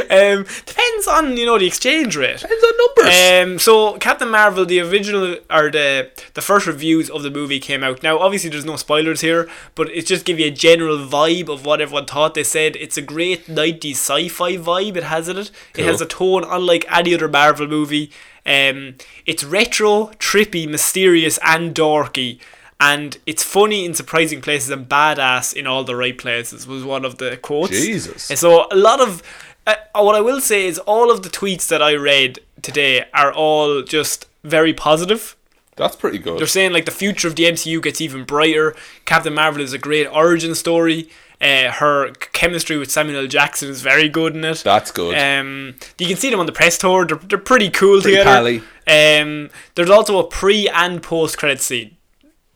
A: Um, depends on, you know, the exchange rate.
B: depends on numbers.
A: Um, so Captain Marvel, the original or the the first reviews of the movie came out. Now, obviously, there's no spoilers here, but it's just give you a general vibe of what everyone thought. They said it's a great '90s sci-fi vibe. It has in it. It has a tone unlike any other Marvel movie. Um, it's retro, trippy, mysterious, and dorky. And it's funny in surprising places and badass in all the right places was one of the quotes.
B: Jesus.
A: And so a lot of uh, what I will say is all of the tweets that I read today are all just very positive.
B: That's pretty good.
A: They're saying like the future of the MCU gets even brighter. Captain Marvel is a great origin story. Uh, her c- chemistry with Samuel L. Jackson is very good in it.
B: That's good.
A: Um, you can see them on the press tour. They're, they're pretty cool
B: Pretty
A: together. Um, there's also a pre and post credit scene.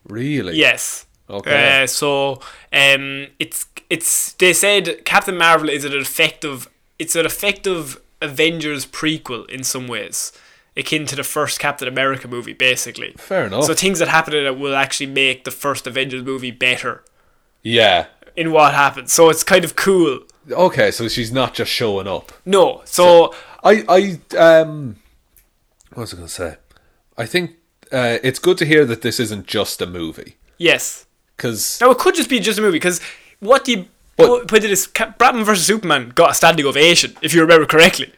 B: really?
A: Yes.
B: Okay.
A: Uh, so um, it's it's they said Captain Marvel is an effective it's an effective Avengers prequel in some ways, akin to the first Captain America movie, basically.
B: Fair enough.
A: So things that happen in it will actually make the first Avengers movie better
B: yeah.
A: in what happens. So it's kind of cool.
B: Okay, so she's not just showing up.
A: No, so
B: I I um, what was I going to say? I think uh, it's good to hear that this isn't just a movie
A: yes.
B: because
A: Now it could just be just a movie because what do you
B: But-
A: put it is Cap- Batman versus Superman got a standing ovation if you remember correctly.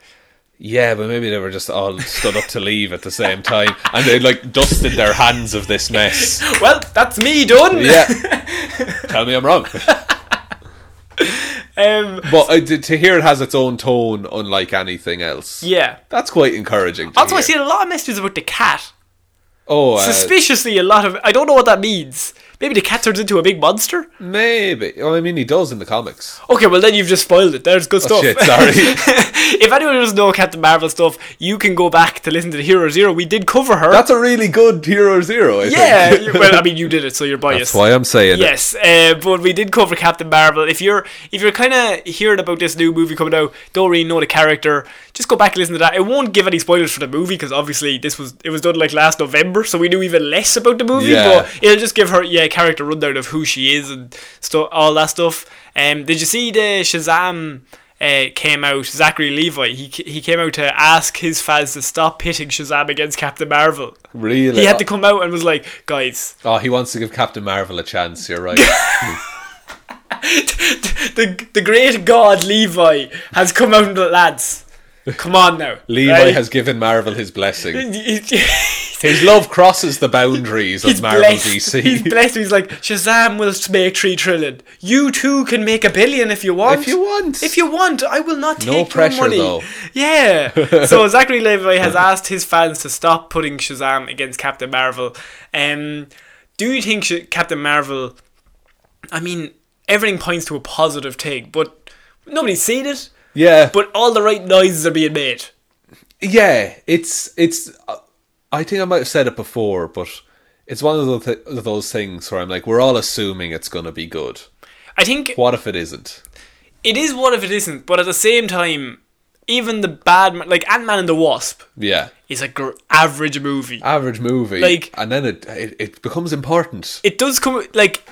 B: yeah, but maybe they were just all stood up to leave at the same time and they like dusted their hands of this mess.
A: Well, that's me done.
B: Yeah. Tell me I'm wrong.
A: Um,
B: But uh, to, to hear it has its own tone, unlike anything else.
A: yeah.
B: That's quite encouraging. To
A: Also, I
B: hear.
A: see a lot of messages about the cat.
B: Oh, uh,
A: Suspiciously, a lot of. I don't know what that means. Maybe the cat turns into a big monster?
B: maybe. Well, I mean, he does in the comics.
A: Okay, well, then you've just spoiled it. There's good stuff.
B: Oh, shit, sorry.
A: if anyone doesn't know Captain Marvel stuff, you can go back to listen to the Hero Zero. We did cover her.
B: That's a really good Hero Zero. I
A: yeah.
B: Think.
A: you- well, I mean, you did it, so you're biased.
B: That's why I'm saying it.
A: Yes, uh, but we did cover Captain Marvel. If you're if you're kind of hearing about this new movie coming out, don't really know the character, just go back and listen to that. It won't give any spoilers for the movie because obviously this was it was done like last November, so we knew even less about the movie.
B: Yeah.
A: But it'll just give her yeah character rundown of who she is and stuff, all that stuff. Um, did you see the Shazam? Uh, came out Zachary Levi. He he came out to ask his fans to stop pitting Shazam against Captain Marvel.
B: Really?
A: He had to come out and was like, "Guys,
B: oh, he wants to give Captain Marvel a chance. You're right.
A: the the great god Levi has come out and lads. Come on now.
B: Levi
A: right?
B: has given Marvel his blessing.
A: He's
B: His love crosses the boundaries of Marvel
A: blessed.
B: DC.
A: He's blessed. He's like Shazam will make three trillion. You too can make a billion if you want.
B: if you want.
A: If you want, I will not take
B: No pressure,
A: your money.
B: though.
A: Yeah. so Zachary Levi has asked his fans to stop putting Shazam against Captain Marvel. Um, do you think Sh- Captain Marvel? I mean, everything points to a positive thing, but nobody's seen it.
B: yeah.
A: But all the right noises are being made.
B: yeah, it's it's. uh, I think I might have said it before, but it's one of those, th- those things where I'm like, we're all assuming it's going to be good.
A: I think
B: What if it isn't?
A: it is what if it isn't, but at the same time, even the bad ma- like Ant Man and the Wasp
B: Yeah,
A: is a gr- average movie.
B: average movie,
A: Like-
B: and then it it, it becomes important.
A: it does come like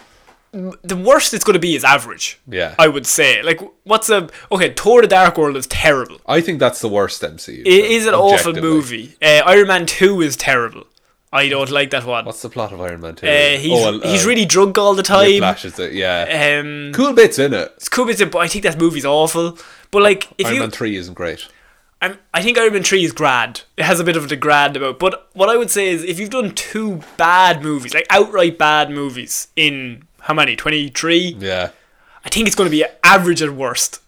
A: m- the worst it's going to be is average.
B: Yeah.
A: I would say like what's a okay Thor: The Dark World is terrible.
B: I think that's the worst
A: It
B: MCU. film,
A: is an awful
B: objectively.
A: movie. Uh, Iron Man Two is terrible. I don't like that one.
B: What's the plot of Iron Man Two?
A: Uh, he's
B: Oh, well, uh,
A: he's really drunk all the time.
B: Whiplash is it? Yeah,
A: Um,
B: cool bits in it.
A: it's cool, bits of- but I think that movie's awful. But like if
B: Iron
A: you
B: Man Three isn't great.
A: I'm, I think Iron Man 3 is grand. It has a bit of the grand about. But what I would say is if you've done two bad movies, like outright bad movies, in how many? 23?
B: Yeah,
A: I think it's going to be average at worst,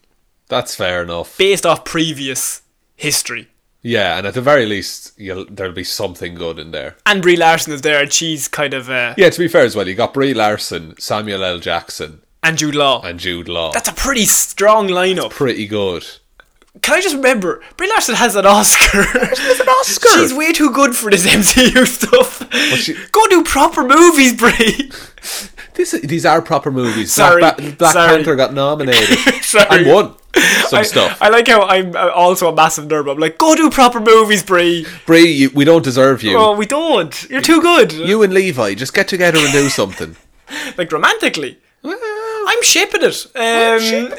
B: that's fair enough.
A: based off previous history.
B: Yeah, and at the very least, you'll, there'll be something good in there.
A: And Brie Larson is there, and she's kind of. Uh,
B: Yeah, to be fair as well, you got Brie Larson, Samuel L. Jackson,
A: And Jude Law.
B: and Jude Law.
A: That's a pretty strong lineup.
B: pretty good.
A: Can I just remember? Brie Larson has an Oscar. She's
B: an Oscar.
A: She's way too good for this MCU stuff.
B: she-
A: Go do proper movies, Brie.
B: This, these are proper movies.
A: Sorry,
B: Black, Ba- Black
A: sorry.
B: Panther got nominated
A: Sorry.
B: and won some
A: I,
B: stuff.
A: I like how I'm uh, also a massive nerd. But I'm like, go do proper movies, Brie.
B: Brie, you, we don't deserve you.
A: Oh, we don't. You're too good.
B: you and Levi, just get together and do something.
A: like romantically,
B: Well,
A: I'm shipping it. Um,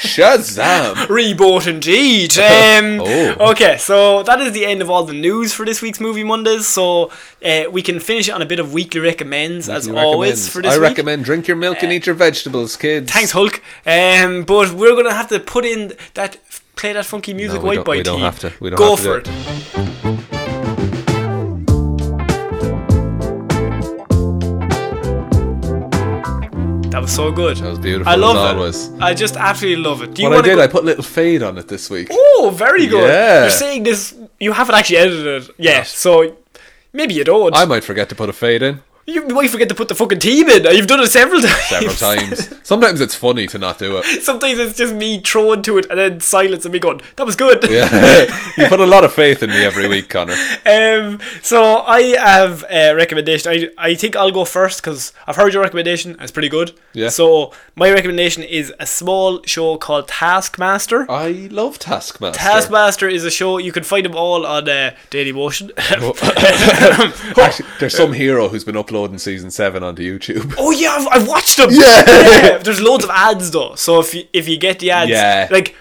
B: Shazam!
A: Rebought indeed. Um,
B: Oh.
A: Okay, so that is the end of all the news for this week's Movie Mondays. So uh, we can finish on a bit of weekly recommends as
B: You
A: always
B: recommend-
A: for this
B: I
A: week.
B: recommend drink your milk and eat your vegetables, kids.
A: Thanks, Hulk. Um, but we're gonna have to put in that play that funky music
B: we
A: white
B: don't-
A: boy
B: we don't
A: team.
B: have to. We don't
A: Go
B: have to do
A: for
B: it.
A: it. That was so good.
B: That was beautiful.
A: I love
B: as
A: it.
B: always.
A: I just absolutely love it. Do you
B: What I
A: wanna
B: did,
A: go-
B: I put a little fade on it this week.
A: Oh, very good.
B: Yeah.
A: You're saying this. You haven't actually edited it yet, so maybe you don't.
B: I might forget to put a fade in
A: you might forget to put the fucking team in. You've done it several times.
B: several times. Sometimes it's funny to not do it.
A: Sometimes it's just me throwing to it and then silence and me going, that was good.
B: you put a lot of faith in me every week, Connor.
A: um, so I have a recommendation. I, I think I'll go first because I've heard your recommendation. It's pretty good.
B: Yeah.
A: So my recommendation is a small show called Taskmaster.
B: I love Taskmaster.
A: Taskmaster is a show you can find them all on uh, Um, Dailymotion.
B: Oh. Actually, there's some hero who's been uploading season seven onto YouTube.
A: Oh yeah, I've, I've watched them.
B: Yeah.
A: there's loads of ads though. So if you if you get the ads,
B: Yeah.
A: like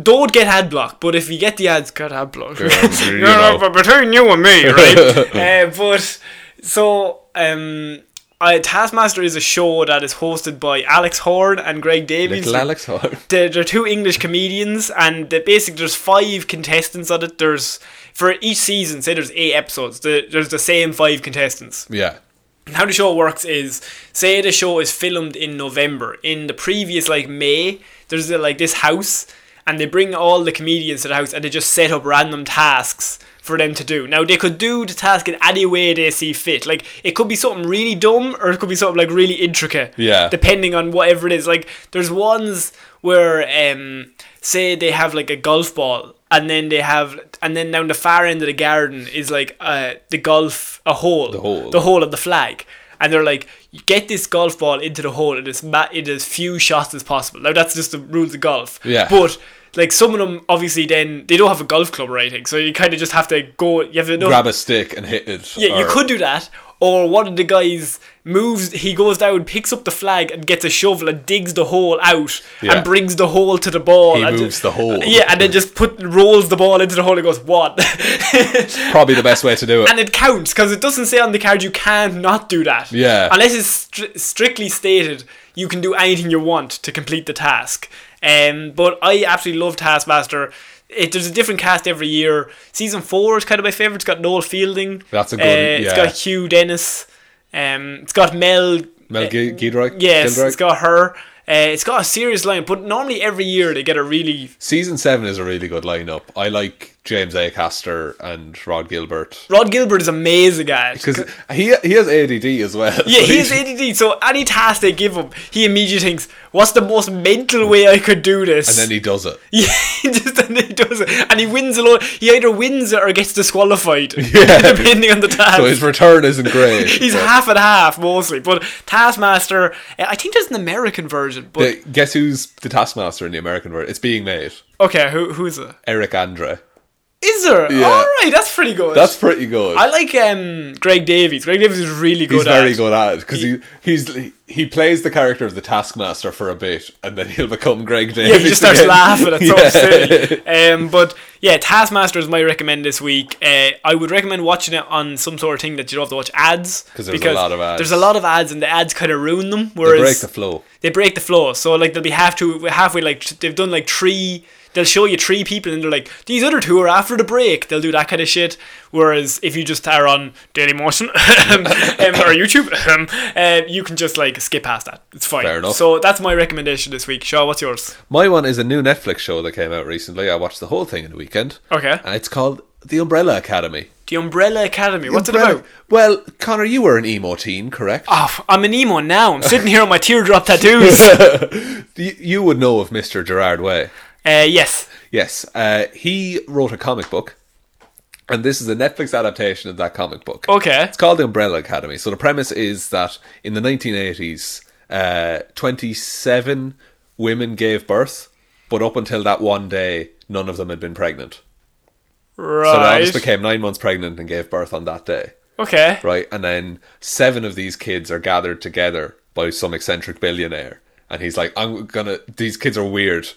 A: don't get ad block, but if you get the ads, get ad block.
B: you
A: No, no,
B: know.
A: but between you and me, right? uh, but so um. I, Taskmaster is a show that is hosted by Alex Horn and Greg Davies.
B: Little Alex Hart.
A: They're, they're two English comedians, and they basically there's five contestants on it. There's for each season, say there's eight episodes. The, there's the same five contestants.
B: Yeah.
A: And how the show works is say the show is filmed in November. In the previous like May, there's uh, like this house, and they bring all the comedians to the house, and they just set up random tasks for them to do. Now they could do the task in any way they see fit. Like it could be something really dumb, or it could be something like really intricate.
B: Yeah.
A: Depending on whatever it is. Like there's ones where, um, say they have like a golf ball. And then they have, and then down the far end of the garden is like uh, the golf, a hole, the
B: hole.
A: the hole of the flag. And they're like, get this golf ball into the hole in as, ma- in as few shots as possible. Now, that's just the rules of golf.
B: Yeah.
A: But, like, some of them obviously then, they don't have a golf club rating, so you kind of just have to go, you have to know.
B: Grab a stick and hit it.
A: yeah, you
B: or-
A: could do that. Or one of the guys moves, he goes down, picks up the flag, and gets a shovel and digs the hole out
B: Yeah.
A: and brings the hole to the ball.
B: He
A: and
B: moves the hole.
A: Yeah, and then just put rolls the ball into the hole and goes, what?
B: Probably the best way to do it.
A: and it counts because it doesn't say on the card you can not do that.
B: Yeah.
A: Unless it's stri- strictly stated, you can do anything you want to complete the task. Um, but I absolutely love Taskmaster. It, there's a different cast every year. Season four is kind of my favorite. It's got Noel Fielding.
B: That's a good-
A: Uh, It's
B: yeah.
A: got Hugh Dennis. Um, it's got Mel.
B: Mel G- Giedroyc?
A: uh, Yes,
B: Gilroy?
A: it's got her. Uh, it's got a serious line, but normally every year they get a really
B: Season 7 is a really good lineup. I like James Acaster and Rod Gilbert.
A: Rod Gilbert is amazing at it.
B: Because he, he has ADD as well.
A: Yeah,
B: so
A: he has ADD, so any task they give him, he immediately thinks, "What's the most mental way I could do this?"
B: And then he does it.
A: yeah, he just and he does it, and he wins a lot. He either wins it or gets disqualified,
B: Yeah.
A: depending on the task.
B: So his return isn't great.
A: He's
B: but-
A: half and half mostly, but Taskmaster, uh, I think there's an American version, but
B: Uh, Guess who's the Taskmaster in the American version? It's being made.
A: okay, who who's it?
B: Eric Andre.
A: Is there?
B: Yeah.
A: All right, that's pretty good.
B: That's pretty good.
A: I like um Greg Davies. Greg Davies is really good.
B: he's
A: at
B: very
A: it.
B: good at it because he, he's he plays the character of the Taskmaster for a bit, and then he'll become Greg Davies.
A: Yeah, he just starts
B: again.
A: laughing at
B: Yeah.
A: something silly. Um, but yeah, Taskmaster is my recommend this week. Uh, I would recommend watching it on some sort of thing that you don't have to watch ads
B: 'Cause there's a lot of ads.
A: There's a lot of ads, and the ads kind of ruin them.
B: They
A: Whereas
B: break the flow.
A: they break the flow. So like they'll be half to halfway like t- they've done like three. They'll show you three people and they're like these other two are after the break. They'll do that kind of shit. Whereas if you just are on Daily Motion um, or YouTube, um, uh, you can just like skip past that. It's fine.
B: Fair enough.
A: So that's my recommendation this week. Shaw, what's yours?
B: My one is a new Netflix show that came out recently. I watched the whole thing in the weekend.
A: Okay.
B: and it's called The Umbrella Academy.
A: The Umbrella Academy. What's it
B: Umbrella-
A: about?
B: Well, Connor, you were an emo teen, correct?
A: Oh, I'm an emo now. I'm sitting here on my teardrop tattoos. Oh.
B: You, you would know of Mr. Gerard Way.
A: uh, yes.
B: Yes, uh, he wrote a comic book, and this is a Netflix adaptation of that comic book.
A: Okay.
B: It's called the Umbrella Academy. So the premise is that in the 1980s, uh, 27 women gave birth, but up until that one day, none of them had been pregnant. So they all
A: Right.
B: just became nine months pregnant and gave birth on that day,
A: okay.
B: right? And then seven of these kids are gathered together by some eccentric billionaire, and he's like, "I'm gonna. These kids are weird."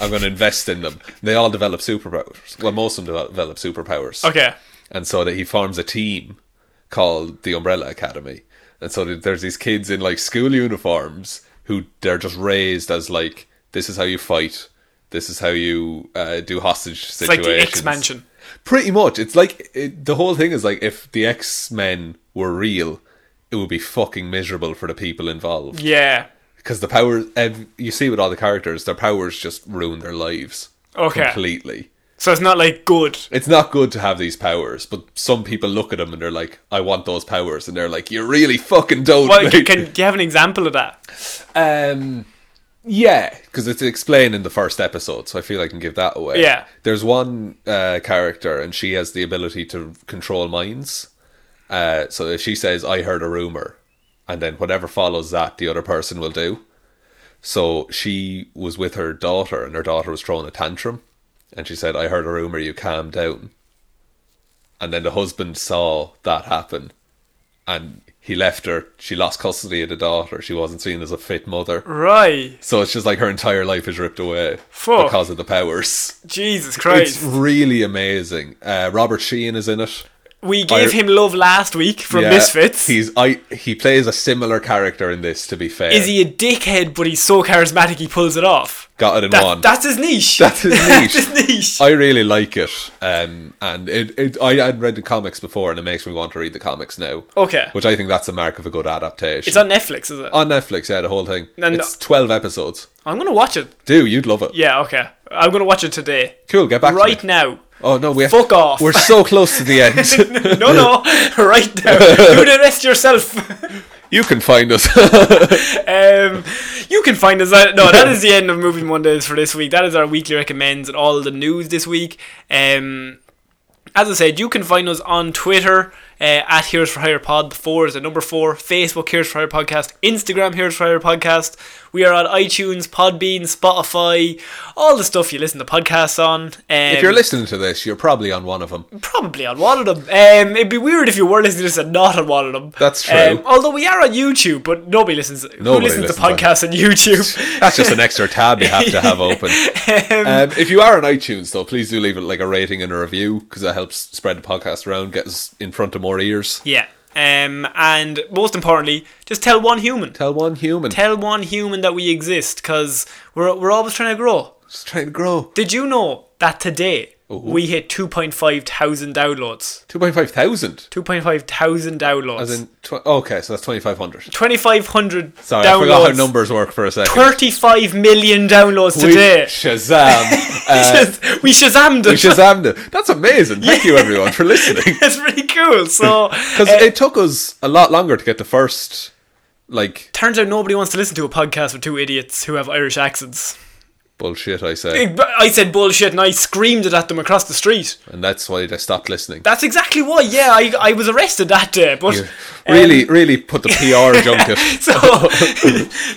B: I'm going to invest in them. They all develop superpowers. Well, most of them develop- develop superpowers
A: Okay.
B: and so that he forms a team called the Umbrella Academy. And so th- there's these kids in like school uniforms who they're just raised as like this is how you fight, this is how you uh, do hostage
A: It's like
B: situations.
A: the X Mansion.
B: Pretty much, it's like it, the whole thing is like if the X Men were real, it would be fucking miserable for the people
A: Mm.
B: involved
A: Yeah.
B: because the power ev- you see with all the characters, their powers just ruin their lives
A: Okay.
B: completely
A: So it's not like good.
B: it's not good to have these powers, but some people look at them and they're like, "I want those powers," and they're like, "You really fucking don't."
A: Well,
B: mate."
A: can, can do you have an example of that?
B: um, yeah, because it's explained in the first episode, so I feel I can give that away.
A: Yeah.
B: there's one uh, character, and she has the ability to control minds. Uh, so if she says, "I heard a rumor," and then whatever follows that, the other person will do. So she was with her daughter, and her daughter was throwing a tantrum, and she said, "I heard a rumor. You calm down." And then the husband saw that happen, and he left her. She lost custody of the daughter. She wasn't seen as a fit mother.
A: Right.
B: So it's just like her entire life is ripped away
A: Fuck.
B: because of the powers.
A: Jesus
B: It's
A: Christ.
B: really amazing. Uh, Robert Sheehan is in it.
A: we gave
B: I-
A: him love last week from
B: Yeah,
A: Misfits.
B: He's I he plays a similar character in this. To be fair,
A: Is he a dickhead? But he's so charismatic, he pulls it off.
B: got it in
A: That-
B: one?
A: That's his niche.
B: That's his niche.
A: that's his niche.
B: I really like it, um, and it, it. I had read the comics before, and it makes me want to read the comics now.
A: Okay.
B: which I think that's a mark of a good
A: Oh.
B: adaptation.
A: It's on Netflix, is it?
B: On Netflix, yeah, the whole thing.
A: And-
B: it's twelve episodes.
A: I'm gonna watch it.
B: Dude, you'd love it.
A: Yeah, okay. I'm gonna watch it today,
B: Cool, get back
A: right
B: to me.
A: now.
B: Oh no, we have,
A: Fuck off.
B: We're so close to the end.
A: No, no, right now. Do the rest yourself.
B: you can find us.
A: Um, you can find us. At, no, that is the end of Movie Mondays for this week. That is our weekly recommends and all the news this week. Um, as I said, you can find us on Twitter uh, at Here's for Hire Pod. The four is the number four. Facebook Here's for Hire Podcast. Instagram Here's for Hire Podcast. We are on iTunes, Podbean, Spotify, all the stuff you listen to podcasts on. Um,
B: if you're listening to this, you're probably on one of them.
A: Probably on one of them. Um, it'd be weird if you were listening to this and not on one of them.
B: That's true.
A: Um, although we are on YouTube, but nobody listens. who
B: Nobody
A: listens, to
B: listens on-
A: podcasts on YouTube?
B: That's just an extra tab you have to have open. Um, if you are on iTunes, though, please do leave it like a rating and a review because that helps spread the podcast around, get us in front of more ears.
A: yeah. Um, and most importantly, just tell one human.
B: Tell one human.
A: Tell one human that we exist, because we're we're always trying to grow.
B: just trying to grow.
A: Did you know that today we hit two point five thousand downloads?
B: Two point five thousand.
A: Two point five thousand downloads.
B: As in, tw- okay, so that's twenty five hundred.
A: twenty five hundred
B: Sorry,
A: downloads.
B: I forgot how numbers work for a second.
A: Thirty-five million downloads
B: We-
A: today.
B: Shazam. Uh,
A: we shazammed it.
B: we Shazammed it. That's amazing. Thank you, everyone, for listening.
A: That's pretty cool. So,
B: Because
A: uh,
B: it took us a lot longer to get the first, like,
A: turns out nobody wants to listen to a podcast with two idiots who have Irish accents.
B: bullshit, I say.
A: I said bullshit and I screamed it at them across the street.
B: And that's why they stopped listening.
A: That's exactly why, yeah, I, I was arrested that day. But
B: You really, really put the PR junket.
A: so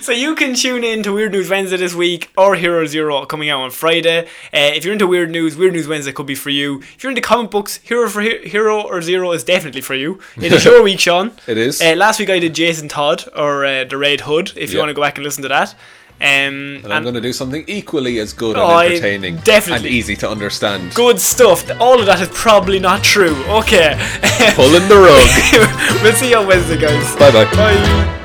A: so you can tune in to Weird News Wednesday this week or Hero Zero coming out on Friday. Uh, if you're into Weird News, Weird News Wednesday could be for you. If you're into comic books, Hero for He- Hero or Zero is definitely for you. It is your week, Sean.
B: It is.
A: Uh, last week I did Jason Todd or uh, the Red Hood. If you
B: Yeah.
A: want to go back and listen to that. Um,
B: And I'm going to do something equally as good
A: Oh, I-
B: and entertaining
A: definitely.
B: and easy to understand.
A: good stuff. All of that is probably not true. Okay.
B: Pulling the rug.
A: we'll see you on Wednesday, guys.
B: Bye-bye.
A: Bye.